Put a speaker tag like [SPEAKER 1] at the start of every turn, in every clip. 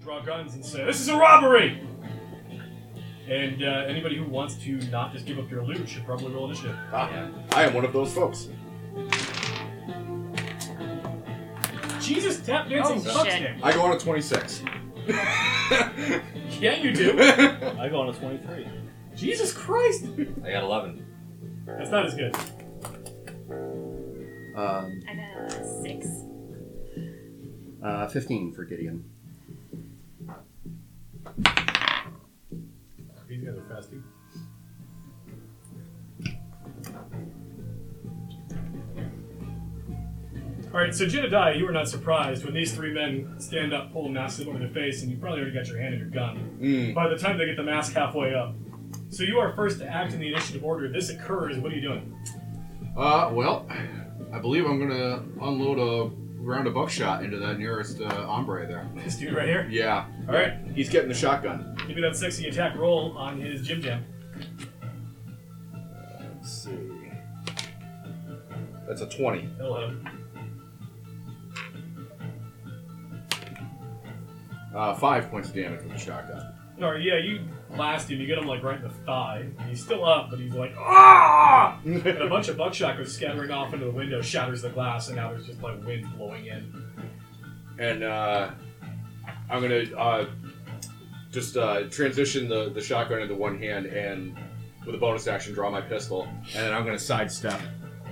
[SPEAKER 1] draw guns and say, "This is a robbery." And uh, anybody who wants to not just give up your loot should probably roll initiative.
[SPEAKER 2] Ah, I am one of those folks.
[SPEAKER 1] Jesus, tap dancing
[SPEAKER 3] Oh,
[SPEAKER 1] fuck
[SPEAKER 3] shit.
[SPEAKER 1] stick.
[SPEAKER 2] I go on a 26.
[SPEAKER 1] Yeah, you do.
[SPEAKER 2] I
[SPEAKER 4] I go on a 23.
[SPEAKER 1] Jesus Christ.
[SPEAKER 5] I got 11.
[SPEAKER 1] That's not as good.
[SPEAKER 6] Um,
[SPEAKER 3] I got a six.
[SPEAKER 6] uh, 15 for Gideon.
[SPEAKER 1] These guys are fast too. All right, so Jedediah, you were not surprised when these three men stand up, pull a mask over their face, and you probably already got your hand in your gun.
[SPEAKER 2] Mm.
[SPEAKER 1] By the time they get the mask halfway up, so you are first to act in the initiative order. This occurs. What are you doing?
[SPEAKER 2] Uh, well, I believe I'm gonna unload a round of buckshot into that nearest uh, ombre there.
[SPEAKER 1] This dude right here.
[SPEAKER 2] Yeah,
[SPEAKER 1] All right,
[SPEAKER 2] he's getting the shotgun.
[SPEAKER 1] give me that sexy attack roll on his Jim Jam.
[SPEAKER 2] Let's see. That's a 20.
[SPEAKER 1] He'll hit him.
[SPEAKER 2] Uh, five points of damage with the shotgun.
[SPEAKER 1] Or yeah, you blast him. You get him like right in the thigh. And he's still up, but he's like ah! and a bunch of buckshot goes scattering off into the window, shatters the glass, and now there's just like wind blowing in.
[SPEAKER 2] and uh, I'm gonna uh, just uh, transition the, the shotgun into one hand and with a bonus action draw my pistol, and then I'm gonna sidestep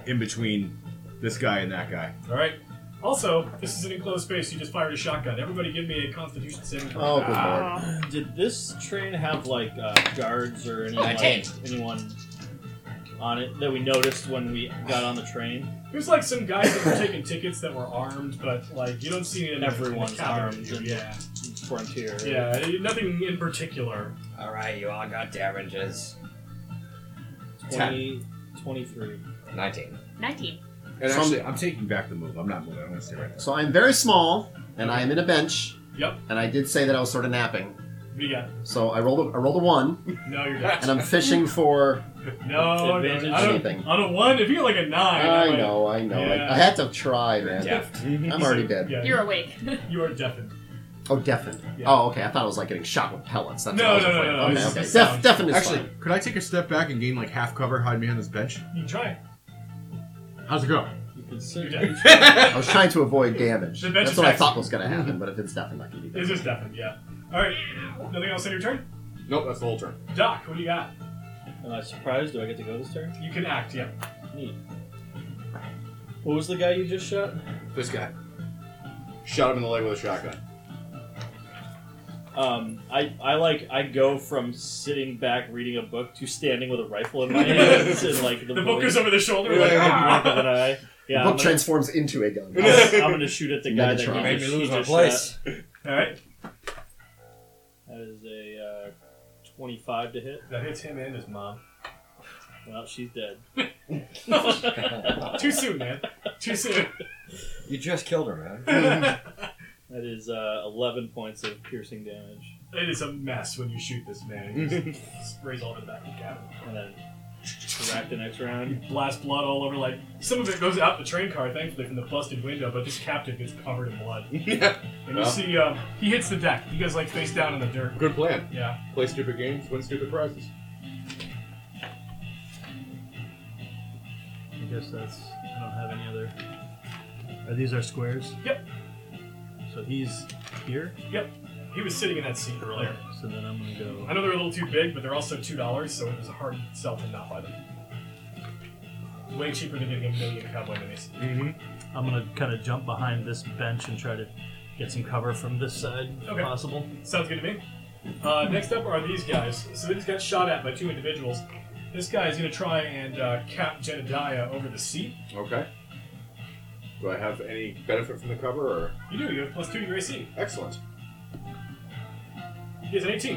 [SPEAKER 2] in between this guy and that guy.
[SPEAKER 1] All right. Also, this is an enclosed space. You just fired a shotgun. Everybody, give me a Constitution saving throw.
[SPEAKER 6] Oh,
[SPEAKER 4] Uh,
[SPEAKER 6] good
[SPEAKER 2] Ah.
[SPEAKER 6] lord.
[SPEAKER 3] Oh.
[SPEAKER 4] Did this train have like uh, guards or anyone,
[SPEAKER 5] Nineteen.
[SPEAKER 4] anyone on it that we noticed when we got on the train?
[SPEAKER 1] There's like some guys that were taking tickets that were armed, but like you don't see any of them in the
[SPEAKER 4] Everyone's
[SPEAKER 1] cabin.
[SPEAKER 4] armed.
[SPEAKER 1] Yeah,
[SPEAKER 4] Frontier.
[SPEAKER 1] yeah. Nothing in particular.
[SPEAKER 5] Alright, you all got damages.
[SPEAKER 4] 20, 23.
[SPEAKER 5] 19.
[SPEAKER 3] 19.
[SPEAKER 2] And
[SPEAKER 6] Some-
[SPEAKER 2] actually, I'm taking back the move. I'm not moving. I'm gonna stay right there.
[SPEAKER 6] So I'm very small, and I am in a bench,
[SPEAKER 1] Yep.
[SPEAKER 6] and I did say that I was sort of napping.
[SPEAKER 1] What do you got?
[SPEAKER 6] So I rolled a, I rolled a 1,
[SPEAKER 1] No, you're dead.
[SPEAKER 6] and I'm fishing for
[SPEAKER 1] No, no,
[SPEAKER 4] Advantage?
[SPEAKER 1] I don't.
[SPEAKER 6] anything.
[SPEAKER 1] On a one, if you get like a nine,
[SPEAKER 6] I
[SPEAKER 1] I'm like-
[SPEAKER 6] know, I know.
[SPEAKER 1] Yeah.
[SPEAKER 6] I, I had to try, man.
[SPEAKER 5] Deft.
[SPEAKER 6] I'm already dead.
[SPEAKER 1] Yeah,
[SPEAKER 3] You're awake.
[SPEAKER 1] you are deafened.
[SPEAKER 6] Oh, deafened.
[SPEAKER 1] Yeah.
[SPEAKER 6] Oh, okay. I thought it was like getting shot with pellets. That's
[SPEAKER 1] No,
[SPEAKER 6] what I was
[SPEAKER 1] no, no,
[SPEAKER 6] afraid
[SPEAKER 1] no,
[SPEAKER 6] of.
[SPEAKER 1] no,
[SPEAKER 6] Okay,
[SPEAKER 1] it's
[SPEAKER 6] okay.
[SPEAKER 1] just
[SPEAKER 6] Deaf,
[SPEAKER 1] sound.
[SPEAKER 6] deafened is
[SPEAKER 2] Actually,
[SPEAKER 6] fine.
[SPEAKER 2] could I take a step back and gain like half cover, hide behind this bench?
[SPEAKER 1] You can try.
[SPEAKER 2] How's it go?
[SPEAKER 4] You can sit.
[SPEAKER 1] You're dead.
[SPEAKER 6] I was trying to avoid damage.
[SPEAKER 1] The bench
[SPEAKER 6] That's what I
[SPEAKER 1] attacks-
[SPEAKER 6] thought was going to happen, but if it's deafened, I can be
[SPEAKER 1] It's
[SPEAKER 6] deafened.
[SPEAKER 1] just deafened, yeah. Alright, nothing else on your turn?
[SPEAKER 2] Nope, that's the whole turn.
[SPEAKER 1] Doc, what do you got?
[SPEAKER 4] Am I surprised? Do I get to go this turn?
[SPEAKER 1] You can act, yeah.
[SPEAKER 4] Neat. What was the guy you just shot?
[SPEAKER 2] This guy. Shot him in the leg with a shotgun.
[SPEAKER 4] Um, I, I like I go from sitting back reading a book to standing with a rifle in my hands and like the,
[SPEAKER 1] The book is over the shoulder,
[SPEAKER 2] Yeah,
[SPEAKER 1] like,
[SPEAKER 2] yeah,
[SPEAKER 4] Like,
[SPEAKER 1] ah!
[SPEAKER 4] an eye. Yeah,
[SPEAKER 6] Book
[SPEAKER 4] I'm, gonna,
[SPEAKER 6] transforms into a gun.
[SPEAKER 4] I'm, gonna, I'm gonna shoot at the guy that
[SPEAKER 6] Megatron.
[SPEAKER 4] he
[SPEAKER 6] Made
[SPEAKER 4] just, he just shot.
[SPEAKER 1] Alright,
[SPEAKER 4] That is a uh, 25 to hit.
[SPEAKER 1] that hits him and his mom.
[SPEAKER 4] Well, she's dead.
[SPEAKER 1] Too soon, man. Too soon.
[SPEAKER 5] You just killed her, man.
[SPEAKER 1] it
[SPEAKER 4] That is uh, 11 points of piercing damage,
[SPEAKER 1] is a mess when you shoot this man. He just sprays all over the back of the cabin.
[SPEAKER 4] and then rack the next
[SPEAKER 1] You
[SPEAKER 4] round.
[SPEAKER 1] blast blood all over, like, some of it goes out the train car, thankfully, from the busted window, but this captain gets covered in blood. And you
[SPEAKER 2] Well.
[SPEAKER 1] see, um, he hits the deck. He goes, like, face down in the dirt.
[SPEAKER 2] Good plan.
[SPEAKER 1] Yeah.
[SPEAKER 2] Play stupid games, win stupid prizes.
[SPEAKER 7] I guess that's. I don't have any other. Are these our squares?
[SPEAKER 1] Yep.
[SPEAKER 7] So he's here.
[SPEAKER 1] He was sitting in that seat earlier.
[SPEAKER 7] So then I'm gonna go.
[SPEAKER 1] I know they're a little too big, but they're also two dollars, so it was a hard sell to not buy them. Way cheaper than getting a million cowboy minis.
[SPEAKER 6] Mm-hmm.
[SPEAKER 7] I'm gonna kind of jump behind this bench and try to get some cover from this side, if
[SPEAKER 1] Okay.
[SPEAKER 7] possible.
[SPEAKER 1] Sounds good to me. Uh, next up are these guys. So they just got shot at by two individuals. This guy is going to try and uh, cap Jedediah over the seat.
[SPEAKER 2] Okay. Do I have any benefit from the cover or?
[SPEAKER 1] You do. You have plus two to your AC.
[SPEAKER 2] Excellent.
[SPEAKER 1] He has an 18.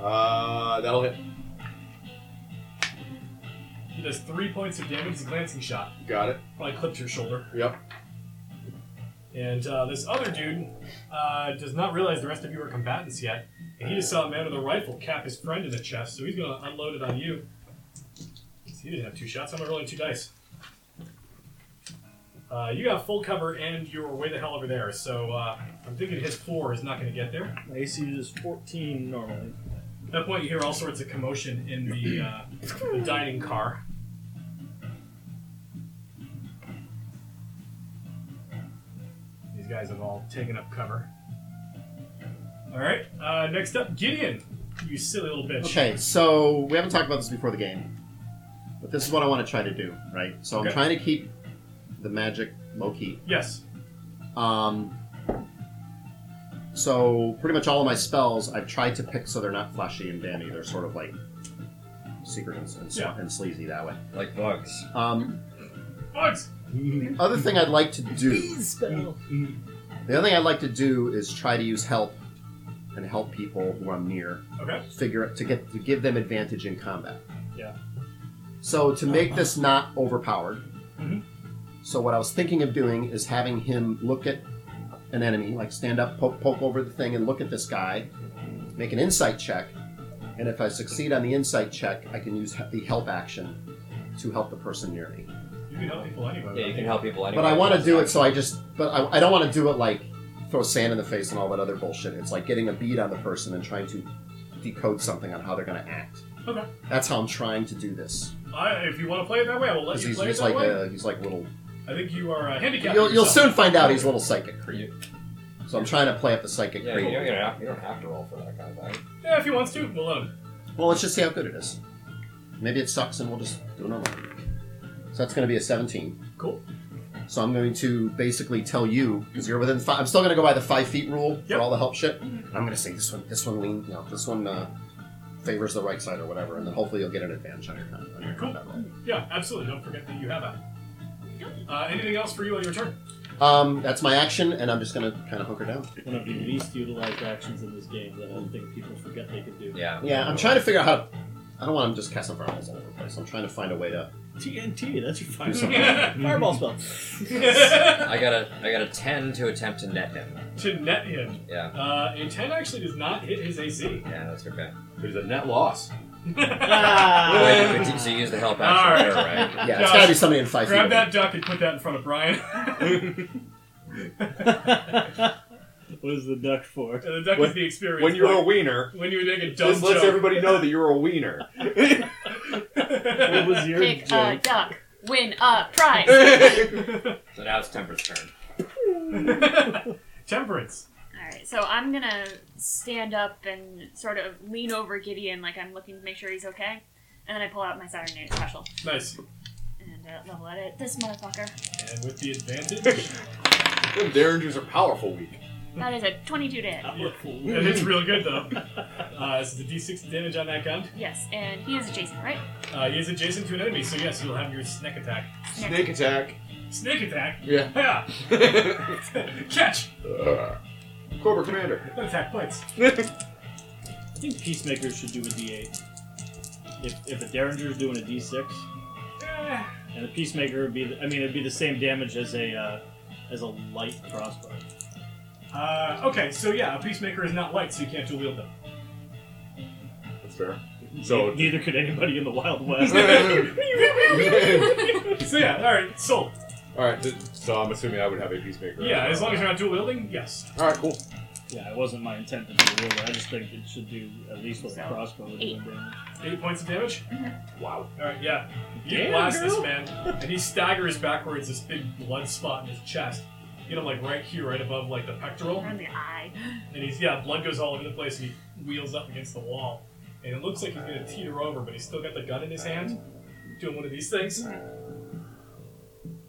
[SPEAKER 2] Uh, that'll hit.
[SPEAKER 1] He does three points of damage. He's a glancing shot.
[SPEAKER 2] Got it.
[SPEAKER 1] Probably clips your shoulder.
[SPEAKER 2] Yep.
[SPEAKER 1] And uh, this other dude uh, does not realize the rest of you are combatants yet. And he just saw a man with a rifle cap his friend in the chest, so he's going to unload it on you. So he didn't have two shots. I'm rolling two dice. Uh, you got full cover and you're way the hell over there, so uh, I'm thinking his four is not going to get there.
[SPEAKER 4] My AC is 14 normally.
[SPEAKER 1] At that point, you hear all sorts of commotion in the, uh, the dining car. These guys have all taken up cover. All right. Uh, next up, Gideon. You silly little bitch.
[SPEAKER 6] Okay, so we haven't talked about this before the game, but this is what I want to try to do, right? So
[SPEAKER 1] Okay.
[SPEAKER 6] I'm trying to keep the magic low key.
[SPEAKER 1] Yes.
[SPEAKER 6] Um, so pretty much all of my spells I've tried to pick so they're not flashy and dandy. They're sort of like secret and, and,
[SPEAKER 1] Yeah.
[SPEAKER 6] and sleazy that way.
[SPEAKER 5] Like bugs.
[SPEAKER 6] Um,
[SPEAKER 1] Bugs.
[SPEAKER 6] other thing I'd like to do. The other thing I'd like to do is try to use help and help people who I'm near
[SPEAKER 1] Okay.
[SPEAKER 6] figure to get to give them advantage in combat.
[SPEAKER 4] Yeah.
[SPEAKER 6] So to make this not overpowered,
[SPEAKER 1] Mhm.
[SPEAKER 6] so what I was thinking of doing is having him look at an enemy, like stand up, poke, poke over the thing, and look at this guy, make an insight check, and if I succeed on the insight check, I can use he- the help action to help the person near me.
[SPEAKER 1] You can help people anyway.
[SPEAKER 5] Yeah, you can help people anyway.
[SPEAKER 6] But I want to do it so I just, but I, I don't want to do it like throw sand in the face and all that other bullshit. It's like getting a bead on the person and trying to decode something on how they're going to act.
[SPEAKER 1] Okay.
[SPEAKER 6] That's how I'm trying to do this.
[SPEAKER 1] I, if you want to play it that way, I will let
[SPEAKER 6] Because
[SPEAKER 1] you
[SPEAKER 6] he's,
[SPEAKER 1] play it
[SPEAKER 6] he's
[SPEAKER 1] that
[SPEAKER 6] like
[SPEAKER 1] way.
[SPEAKER 6] a, he's like little.
[SPEAKER 1] I think you are uh, handicapped.
[SPEAKER 6] You'll, you'll soon find out he's a little psychic creep. So I'm trying to play up the psychic
[SPEAKER 5] Yeah,
[SPEAKER 6] creep.
[SPEAKER 5] you, don't, you, don't have, you don't have to roll for that kind of thing.
[SPEAKER 1] Yeah, if he wants to, we'll let him.
[SPEAKER 6] Well, let's just see how good it is. Maybe it sucks and we'll just do it normal. So that's going to be a 17.
[SPEAKER 1] Cool.
[SPEAKER 6] So I'm going to basically tell you because you're within. Five, I'm still going to go by the five feet rule
[SPEAKER 1] Yep.
[SPEAKER 6] for all the help shit. I'm going to say this one, this one lean, you know, this one uh, favors the right side or whatever, and then hopefully you'll get an advantage on your con- on your
[SPEAKER 1] Cool.
[SPEAKER 6] combat roll.
[SPEAKER 1] Yeah, absolutely. Don't forget that you have a. Uh, anything else for you on your turn?
[SPEAKER 6] Um, that's my action, and I'm just going to kind of hook her down.
[SPEAKER 4] One of the least utilized actions in this game that I don't think people forget they can do.
[SPEAKER 5] Yeah.
[SPEAKER 6] Yeah, I'm trying to figure out how. To, I don't want him just casting fireballs all over the place. I'm trying to find a way to.
[SPEAKER 4] TNT, that's your
[SPEAKER 6] Do something.
[SPEAKER 4] fireball, fireball spell.
[SPEAKER 1] to
[SPEAKER 5] I got a I got a ten to attempt to net him.
[SPEAKER 1] net him.
[SPEAKER 5] Yeah.
[SPEAKER 1] Uh, and 10 actually does not hit his AC.
[SPEAKER 5] Yeah, that's okay.
[SPEAKER 2] There's a net loss.
[SPEAKER 5] Oh,
[SPEAKER 1] Ah.
[SPEAKER 5] wait, but so you use the help
[SPEAKER 1] All right.
[SPEAKER 5] action there, right?
[SPEAKER 6] Yeah, it's got to be somebody in five feet.
[SPEAKER 1] Grab
[SPEAKER 6] of me.
[SPEAKER 1] that duck and put that in front of Brian. and
[SPEAKER 4] what is the duck for?
[SPEAKER 1] the duck
[SPEAKER 2] When-
[SPEAKER 1] is the experience.
[SPEAKER 2] When you're a
[SPEAKER 1] point.
[SPEAKER 2] wiener,
[SPEAKER 1] when you make a dumb
[SPEAKER 2] this lets
[SPEAKER 1] joke.
[SPEAKER 2] everybody know that you're a wiener.
[SPEAKER 4] What was your
[SPEAKER 3] Pick uh, a
[SPEAKER 4] joke?
[SPEAKER 3] duck. Win a prize.
[SPEAKER 2] That's
[SPEAKER 5] So now it's Temper's turn.
[SPEAKER 1] Temperance.
[SPEAKER 3] Alright, so I'm gonna stand up and sort of lean over Gideon like I'm looking to make sure he's okay. And then I pull out my Saturday Night Special
[SPEAKER 1] Nice.
[SPEAKER 3] and uh, level at it. This motherfucker.
[SPEAKER 1] And with the advantage,
[SPEAKER 2] Them Derringers are powerful weak.
[SPEAKER 3] That is a 22 to hit.
[SPEAKER 1] and it's real good though. Uh, so the d6 damage on that gun.
[SPEAKER 3] Yes, and he is adjacent, right?
[SPEAKER 1] Uh, he is adjacent to an enemy, so yes, you'll have your snake attack.
[SPEAKER 2] Snake attack.
[SPEAKER 1] Snake attack.
[SPEAKER 2] Yeah.
[SPEAKER 1] Yeah.
[SPEAKER 2] Uh.
[SPEAKER 1] Catch.
[SPEAKER 2] Cobra Commander.
[SPEAKER 1] Attack points.
[SPEAKER 4] I think peacemakers should do a D8. If, if a derringer is doing a D6,
[SPEAKER 1] Eh,
[SPEAKER 4] and a peacemaker would be, the, I mean, it'd be the same damage as a uh, as a light crossbow.
[SPEAKER 1] Uh, okay, so yeah, a peacemaker is not light, so you can't dual wield them.
[SPEAKER 2] That's fair. So-
[SPEAKER 4] neither could anybody in the Wild West.
[SPEAKER 1] So yeah, all right, sold.
[SPEAKER 2] Alright, th- so I'm assuming I would have a Peacemaker.
[SPEAKER 1] Yeah, as long as you're not dual wielding, yes.
[SPEAKER 2] Alright, cool.
[SPEAKER 4] yeah, it wasn't my intent to do it. I just think it should do at least what a crossbow would do in damage.
[SPEAKER 1] Eight points of damage.
[SPEAKER 2] Wow.
[SPEAKER 1] All right, yeah, you
[SPEAKER 4] Damn,
[SPEAKER 1] blast this
[SPEAKER 4] girl.
[SPEAKER 1] man, and he staggers backwards, this big blood spot in his chest. You Get him like right here, right above like the pectoral,
[SPEAKER 3] Around the eye.
[SPEAKER 1] and he's yeah, blood goes all over the place. And he wheels up against the wall, and it looks like he's gonna teeter over, but he's still got the gun in his hand, doing one of these things.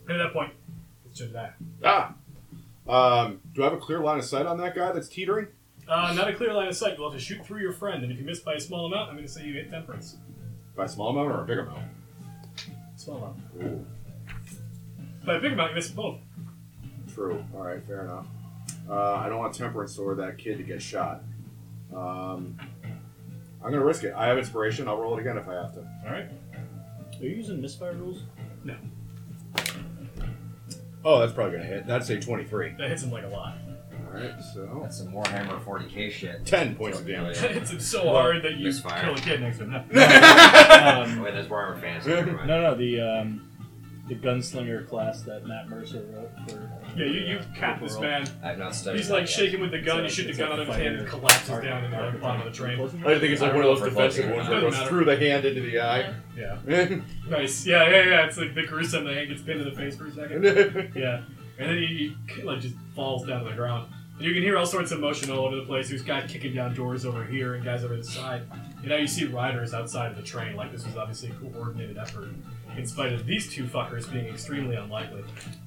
[SPEAKER 1] And at that point, it's just that.
[SPEAKER 2] Ah! Um, do I have a clear line of sight on that guy that's teetering?
[SPEAKER 1] Uh, not a clear line of sight. You'll have to shoot through your friend, and if you miss by a small amount, I'm going to say you hit temperance.
[SPEAKER 2] By a small amount or a big amount?
[SPEAKER 1] Small amount.
[SPEAKER 2] Ooh,
[SPEAKER 1] By a big amount, you miss both.
[SPEAKER 2] true. Alright, fair enough. Uh, I don't want Temperance or that kid to get shot. Um, I'm gonna risk it. I have inspiration. I'll roll it again if I have to.
[SPEAKER 1] All right.
[SPEAKER 4] Are you using misfire rules?
[SPEAKER 2] Oh, that's probably gonna hit. That's a 23.
[SPEAKER 1] That hits him like a lot.
[SPEAKER 2] Alright, so.
[SPEAKER 5] That's some Warhammer 40k shit.
[SPEAKER 2] 10 points of damage.
[SPEAKER 1] That hits him so hard that you
[SPEAKER 5] misfire.
[SPEAKER 1] kill a kid next to him.
[SPEAKER 4] Um,
[SPEAKER 5] Wait, that's Warhammer Fantasy. never mind.
[SPEAKER 4] no, no, the um, the gunslinger class that Matt Mercer wrote for. uh,
[SPEAKER 1] Yeah, you, you capped this man.
[SPEAKER 5] I've not studied.
[SPEAKER 1] He's
[SPEAKER 5] that
[SPEAKER 1] like
[SPEAKER 5] yet.
[SPEAKER 1] shaking with the gun. You shoot the gun out of his hand and it collapses down in the bottom of the train.
[SPEAKER 2] I think it's like
[SPEAKER 5] I
[SPEAKER 2] one
[SPEAKER 5] don't
[SPEAKER 2] of
[SPEAKER 5] know
[SPEAKER 2] those
[SPEAKER 5] if we're
[SPEAKER 2] defensive
[SPEAKER 5] voting or
[SPEAKER 2] ones
[SPEAKER 5] not.
[SPEAKER 2] that goes
[SPEAKER 1] Doesn't
[SPEAKER 2] through the hand into the eye.
[SPEAKER 1] Yeah.
[SPEAKER 2] yeah,
[SPEAKER 1] Nice. Yeah, yeah, yeah. It's like the gruesome. The hand gets pinned in the face for a second. Yeah, and then he, he like just falls down to the ground. And you can hear all sorts of motion all over the place. There's guy kicking down doors over here and guys over the side. And now you see riders outside of the train. Like this was obviously a coordinated effort, in spite of these two fuckers being extremely unlikely.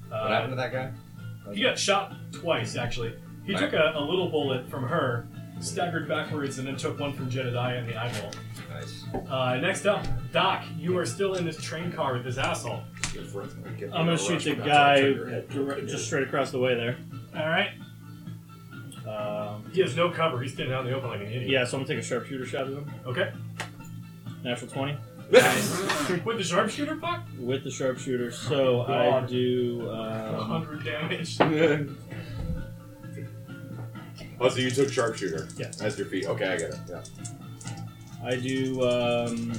[SPEAKER 5] What
[SPEAKER 1] Uh,
[SPEAKER 5] happened to that guy?
[SPEAKER 1] he got shot twice, actually. He took a, a little bullet from her, staggered backwards, and then took one from Jedediah in the eyeball.
[SPEAKER 5] Nice.
[SPEAKER 1] Uh, next up, Doc, you are still in this train car with this asshole.
[SPEAKER 4] I'm gonna shoot the guy direct- just straight across the way there.
[SPEAKER 1] All right.
[SPEAKER 4] Um,
[SPEAKER 1] He has no cover. He's standing out in the open like an idiot.
[SPEAKER 4] yeah, so I'm gonna take a sharpshooter shot at him.
[SPEAKER 1] Okay.
[SPEAKER 4] Natural twenty
[SPEAKER 1] With the sharpshooter fuck?
[SPEAKER 4] with the sharpshooter. So I
[SPEAKER 1] God.
[SPEAKER 4] do. Um,
[SPEAKER 1] 100 damage.
[SPEAKER 2] oh, so you took sharpshooter.
[SPEAKER 4] Yeah.
[SPEAKER 2] That's your feet. Okay, I get it. Yeah.
[SPEAKER 4] I do um,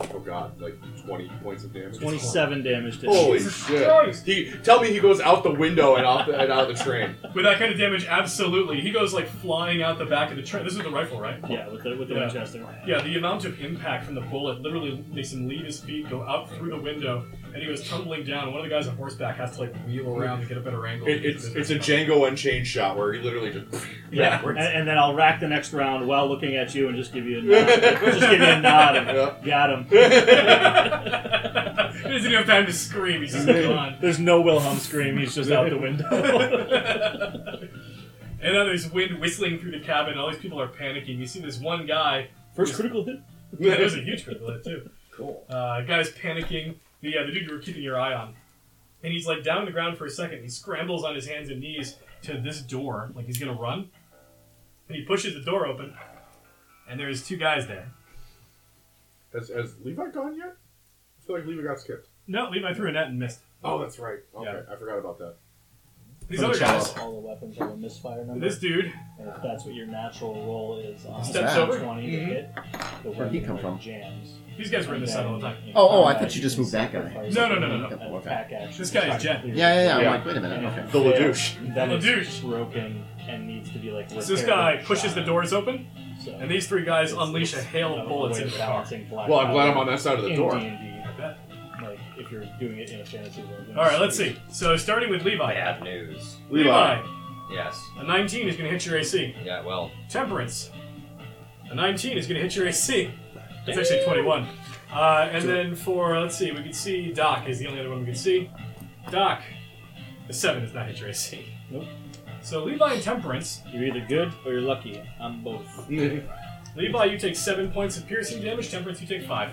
[SPEAKER 2] Oh god, like 20 points of damage.
[SPEAKER 4] twenty-seven damage to him.
[SPEAKER 2] Holy
[SPEAKER 1] Jesus
[SPEAKER 2] shit.
[SPEAKER 1] Christ.
[SPEAKER 2] He, tell me he goes out the window and off the, and out of the train.
[SPEAKER 1] With that kind of damage, absolutely. He goes like flying out the back of the train. This is the rifle, right?
[SPEAKER 4] Yeah, with the with the
[SPEAKER 1] Yeah.
[SPEAKER 4] Winchester.
[SPEAKER 1] Yeah, the amount of impact from the bullet literally makes him leave his feet, go out through the window, and he goes tumbling down. One of the guys on horseback has to like wheel around to get a better angle.
[SPEAKER 2] It, it's it's a Django Unchained shot where he literally just.
[SPEAKER 4] Yeah, and, and then I'll rack the next round while looking at you and just give you a nod. just give you a nod. And, Got him.
[SPEAKER 1] he doesn't even have time to scream. He's just gone.
[SPEAKER 4] There's no Wilhelm scream. He's just out the window.
[SPEAKER 1] And now there's wind whistling through the cabin. All these people are panicking. You see this one guy
[SPEAKER 4] First critical hit.
[SPEAKER 1] Yeah, it was a huge critical hit too.
[SPEAKER 5] Cool.
[SPEAKER 1] Uh, guy's panicking. The uh, the dude you were keeping your eye on, and he's like down on the ground for a second. He scrambles on his hands and knees to this door, like he's gonna run, and he pushes the door open, and there's two guys there.
[SPEAKER 2] Has, has Levi gone yet? I feel like Levi got skipped.
[SPEAKER 1] No, Levi threw a net and missed.
[SPEAKER 2] Oh, that's right. Okay,
[SPEAKER 1] Yeah.
[SPEAKER 2] I forgot about that.
[SPEAKER 1] These other guys.
[SPEAKER 4] All the weapons have a misfire number.
[SPEAKER 1] This dude.
[SPEAKER 4] and if that's what your natural roll is on
[SPEAKER 1] Steps
[SPEAKER 4] a
[SPEAKER 1] over.
[SPEAKER 4] 20 to hit, the
[SPEAKER 6] Where'd he come
[SPEAKER 4] weapon like
[SPEAKER 6] from?
[SPEAKER 4] jams.
[SPEAKER 1] These guys were in this side all the time.
[SPEAKER 6] Oh, oh, I thought you just moved that guy.
[SPEAKER 1] No, no, no, no, no.
[SPEAKER 6] Oh, okay.
[SPEAKER 1] This guy is Jet.
[SPEAKER 6] Yeah, yeah, yeah. I'm
[SPEAKER 2] Yeah.
[SPEAKER 6] like, wait a minute. Okay.
[SPEAKER 2] The LaDouche.
[SPEAKER 4] Then it's
[SPEAKER 1] LaDouche.
[SPEAKER 4] broken and needs to be like repaired.
[SPEAKER 1] So this guy
[SPEAKER 4] and
[SPEAKER 1] pushes
[SPEAKER 4] shot.
[SPEAKER 1] the doors open,
[SPEAKER 4] So
[SPEAKER 1] and these three guys
[SPEAKER 4] it's-
[SPEAKER 1] unleash a
[SPEAKER 4] it's,
[SPEAKER 1] hail
[SPEAKER 4] you know,
[SPEAKER 1] of bullets
[SPEAKER 4] way
[SPEAKER 1] into the car.
[SPEAKER 4] balancing black
[SPEAKER 2] Well, I'm glad I'm
[SPEAKER 4] powder
[SPEAKER 2] on that side of the
[SPEAKER 4] in
[SPEAKER 2] door.
[SPEAKER 4] D&D, like if you're doing it in a fantasy world.
[SPEAKER 1] All right, let's see. So starting with Levi.
[SPEAKER 5] Bad news.
[SPEAKER 1] Levi,
[SPEAKER 5] Yes.
[SPEAKER 1] a 19 is going to hit your AC.
[SPEAKER 5] Yeah. Well.
[SPEAKER 1] Temperance. A 19 is going to hit your AC. That's actually 21. Uh, and then for, let's see, we could see Doc is the only other one we could see. Doc, the 7 does not hit your AC.
[SPEAKER 4] Nope.
[SPEAKER 1] So Levi and Temperance.
[SPEAKER 4] You're either good or you're lucky. I'm both.
[SPEAKER 1] Levi, you take 7 points of piercing damage. Temperance, you take 5.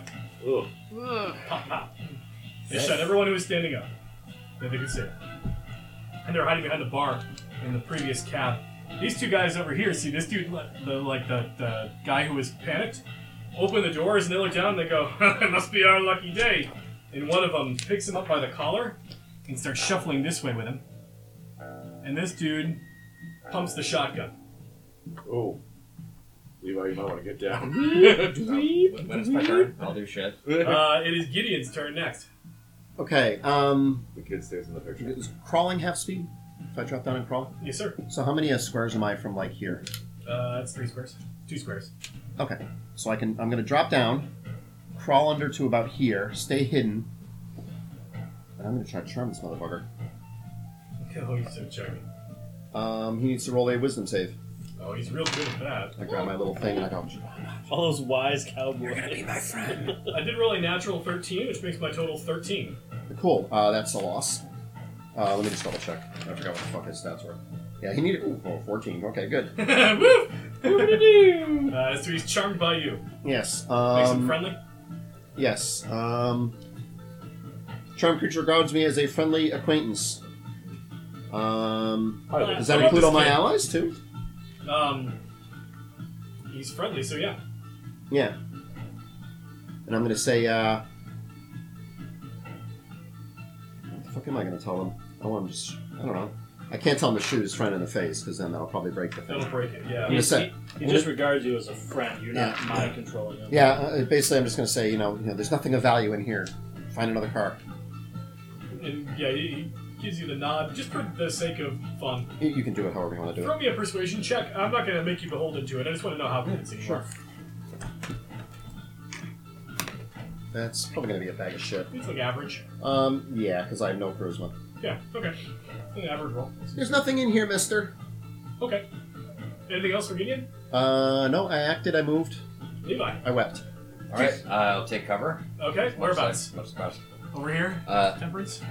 [SPEAKER 2] Ugh.
[SPEAKER 3] Ugh.
[SPEAKER 1] Pop, pop. They shot everyone who was standing up that they could see. And they're hiding behind the bar in the previous cab. These two guys over here see this dude, le- the like the, the guy who was panicked, open the doors and they look down and they go, "It must be our lucky day." And one of them picks him up by the collar and starts shuffling this way with him. And this dude pumps the shotgun.
[SPEAKER 2] Oh. Levi, you might want to get down.
[SPEAKER 5] When when it's
[SPEAKER 6] Mm-hmm.
[SPEAKER 5] my turn, I'll do shit.
[SPEAKER 1] Uh, it is Gideon's turn next.
[SPEAKER 6] Okay. Um,
[SPEAKER 2] the kid stays in the picture.
[SPEAKER 6] is crawling half speed. If I drop down and crawl.
[SPEAKER 1] Yes, sir.
[SPEAKER 6] So how many uh, squares am I from like here?
[SPEAKER 1] Uh, that's three squares. Two squares.
[SPEAKER 6] Okay. So I can. I'm gonna drop down, crawl under to about here, stay hidden, and I'm gonna try to charm this motherfucker.
[SPEAKER 1] Oh, he's so charming.
[SPEAKER 6] Um, he needs to roll a wisdom save.
[SPEAKER 1] Oh, he's real good at that.
[SPEAKER 6] I grab my little thing and I go.
[SPEAKER 4] All those wise cowboys.
[SPEAKER 6] my friend.
[SPEAKER 1] I did roll a natural 13, which makes my total 13.
[SPEAKER 6] Cool. Uh, that's a loss. Uh, let me just double check. I forgot what the fuck his stats were. Yeah, he needed ooh, oh, 14. Okay, good.
[SPEAKER 1] Woo! uh, so he's charmed by you.
[SPEAKER 6] Yes.
[SPEAKER 1] Makes him
[SPEAKER 6] Um,
[SPEAKER 1] friendly.
[SPEAKER 6] Yes. Um, charm creature regards me as a friendly acquaintance. Um,
[SPEAKER 2] Hi,
[SPEAKER 6] does
[SPEAKER 1] How
[SPEAKER 6] that
[SPEAKER 1] about
[SPEAKER 6] include all
[SPEAKER 1] this
[SPEAKER 6] my
[SPEAKER 1] kid?
[SPEAKER 6] allies too?
[SPEAKER 1] Um, he's friendly, so yeah.
[SPEAKER 6] Yeah. And I'm gonna say, uh, what the fuck am I gonna tell him? I want him to. Sh- I don't know. I can't tell him to shoot his friend in the face because then that'll probably break the
[SPEAKER 1] That'll
[SPEAKER 6] thing.
[SPEAKER 1] break it, yeah.
[SPEAKER 6] I'm
[SPEAKER 4] He,
[SPEAKER 6] gonna say,
[SPEAKER 4] he- he just regards you as a friend. You're not mind controlling him.
[SPEAKER 6] yeah. uh, Basically, I'm just gonna say, you know, you know, there's nothing of value in here. Find another car.
[SPEAKER 1] and yeah, he, he gives you the nod just for the sake of fun.
[SPEAKER 6] You you can do it however you want to do it.
[SPEAKER 1] Throw me a persuasion check. I'm not going to make you beholden to it. I just want to know how convincing you are.
[SPEAKER 6] That's probably going to be a bag of shit.
[SPEAKER 1] It's like average.
[SPEAKER 6] Um, yeah, because I have no charisma.
[SPEAKER 1] Yeah, okay. An average roll.
[SPEAKER 6] There's nothing in here, mister.
[SPEAKER 1] Okay. Anything else for Gideon?
[SPEAKER 6] Uh, no, I acted, I moved,
[SPEAKER 1] Levi.
[SPEAKER 6] I wept.
[SPEAKER 5] All right, I'll take cover.
[SPEAKER 1] Okay, whereabouts?
[SPEAKER 5] What's about?
[SPEAKER 1] Over here?
[SPEAKER 5] Uh,
[SPEAKER 1] Temperance?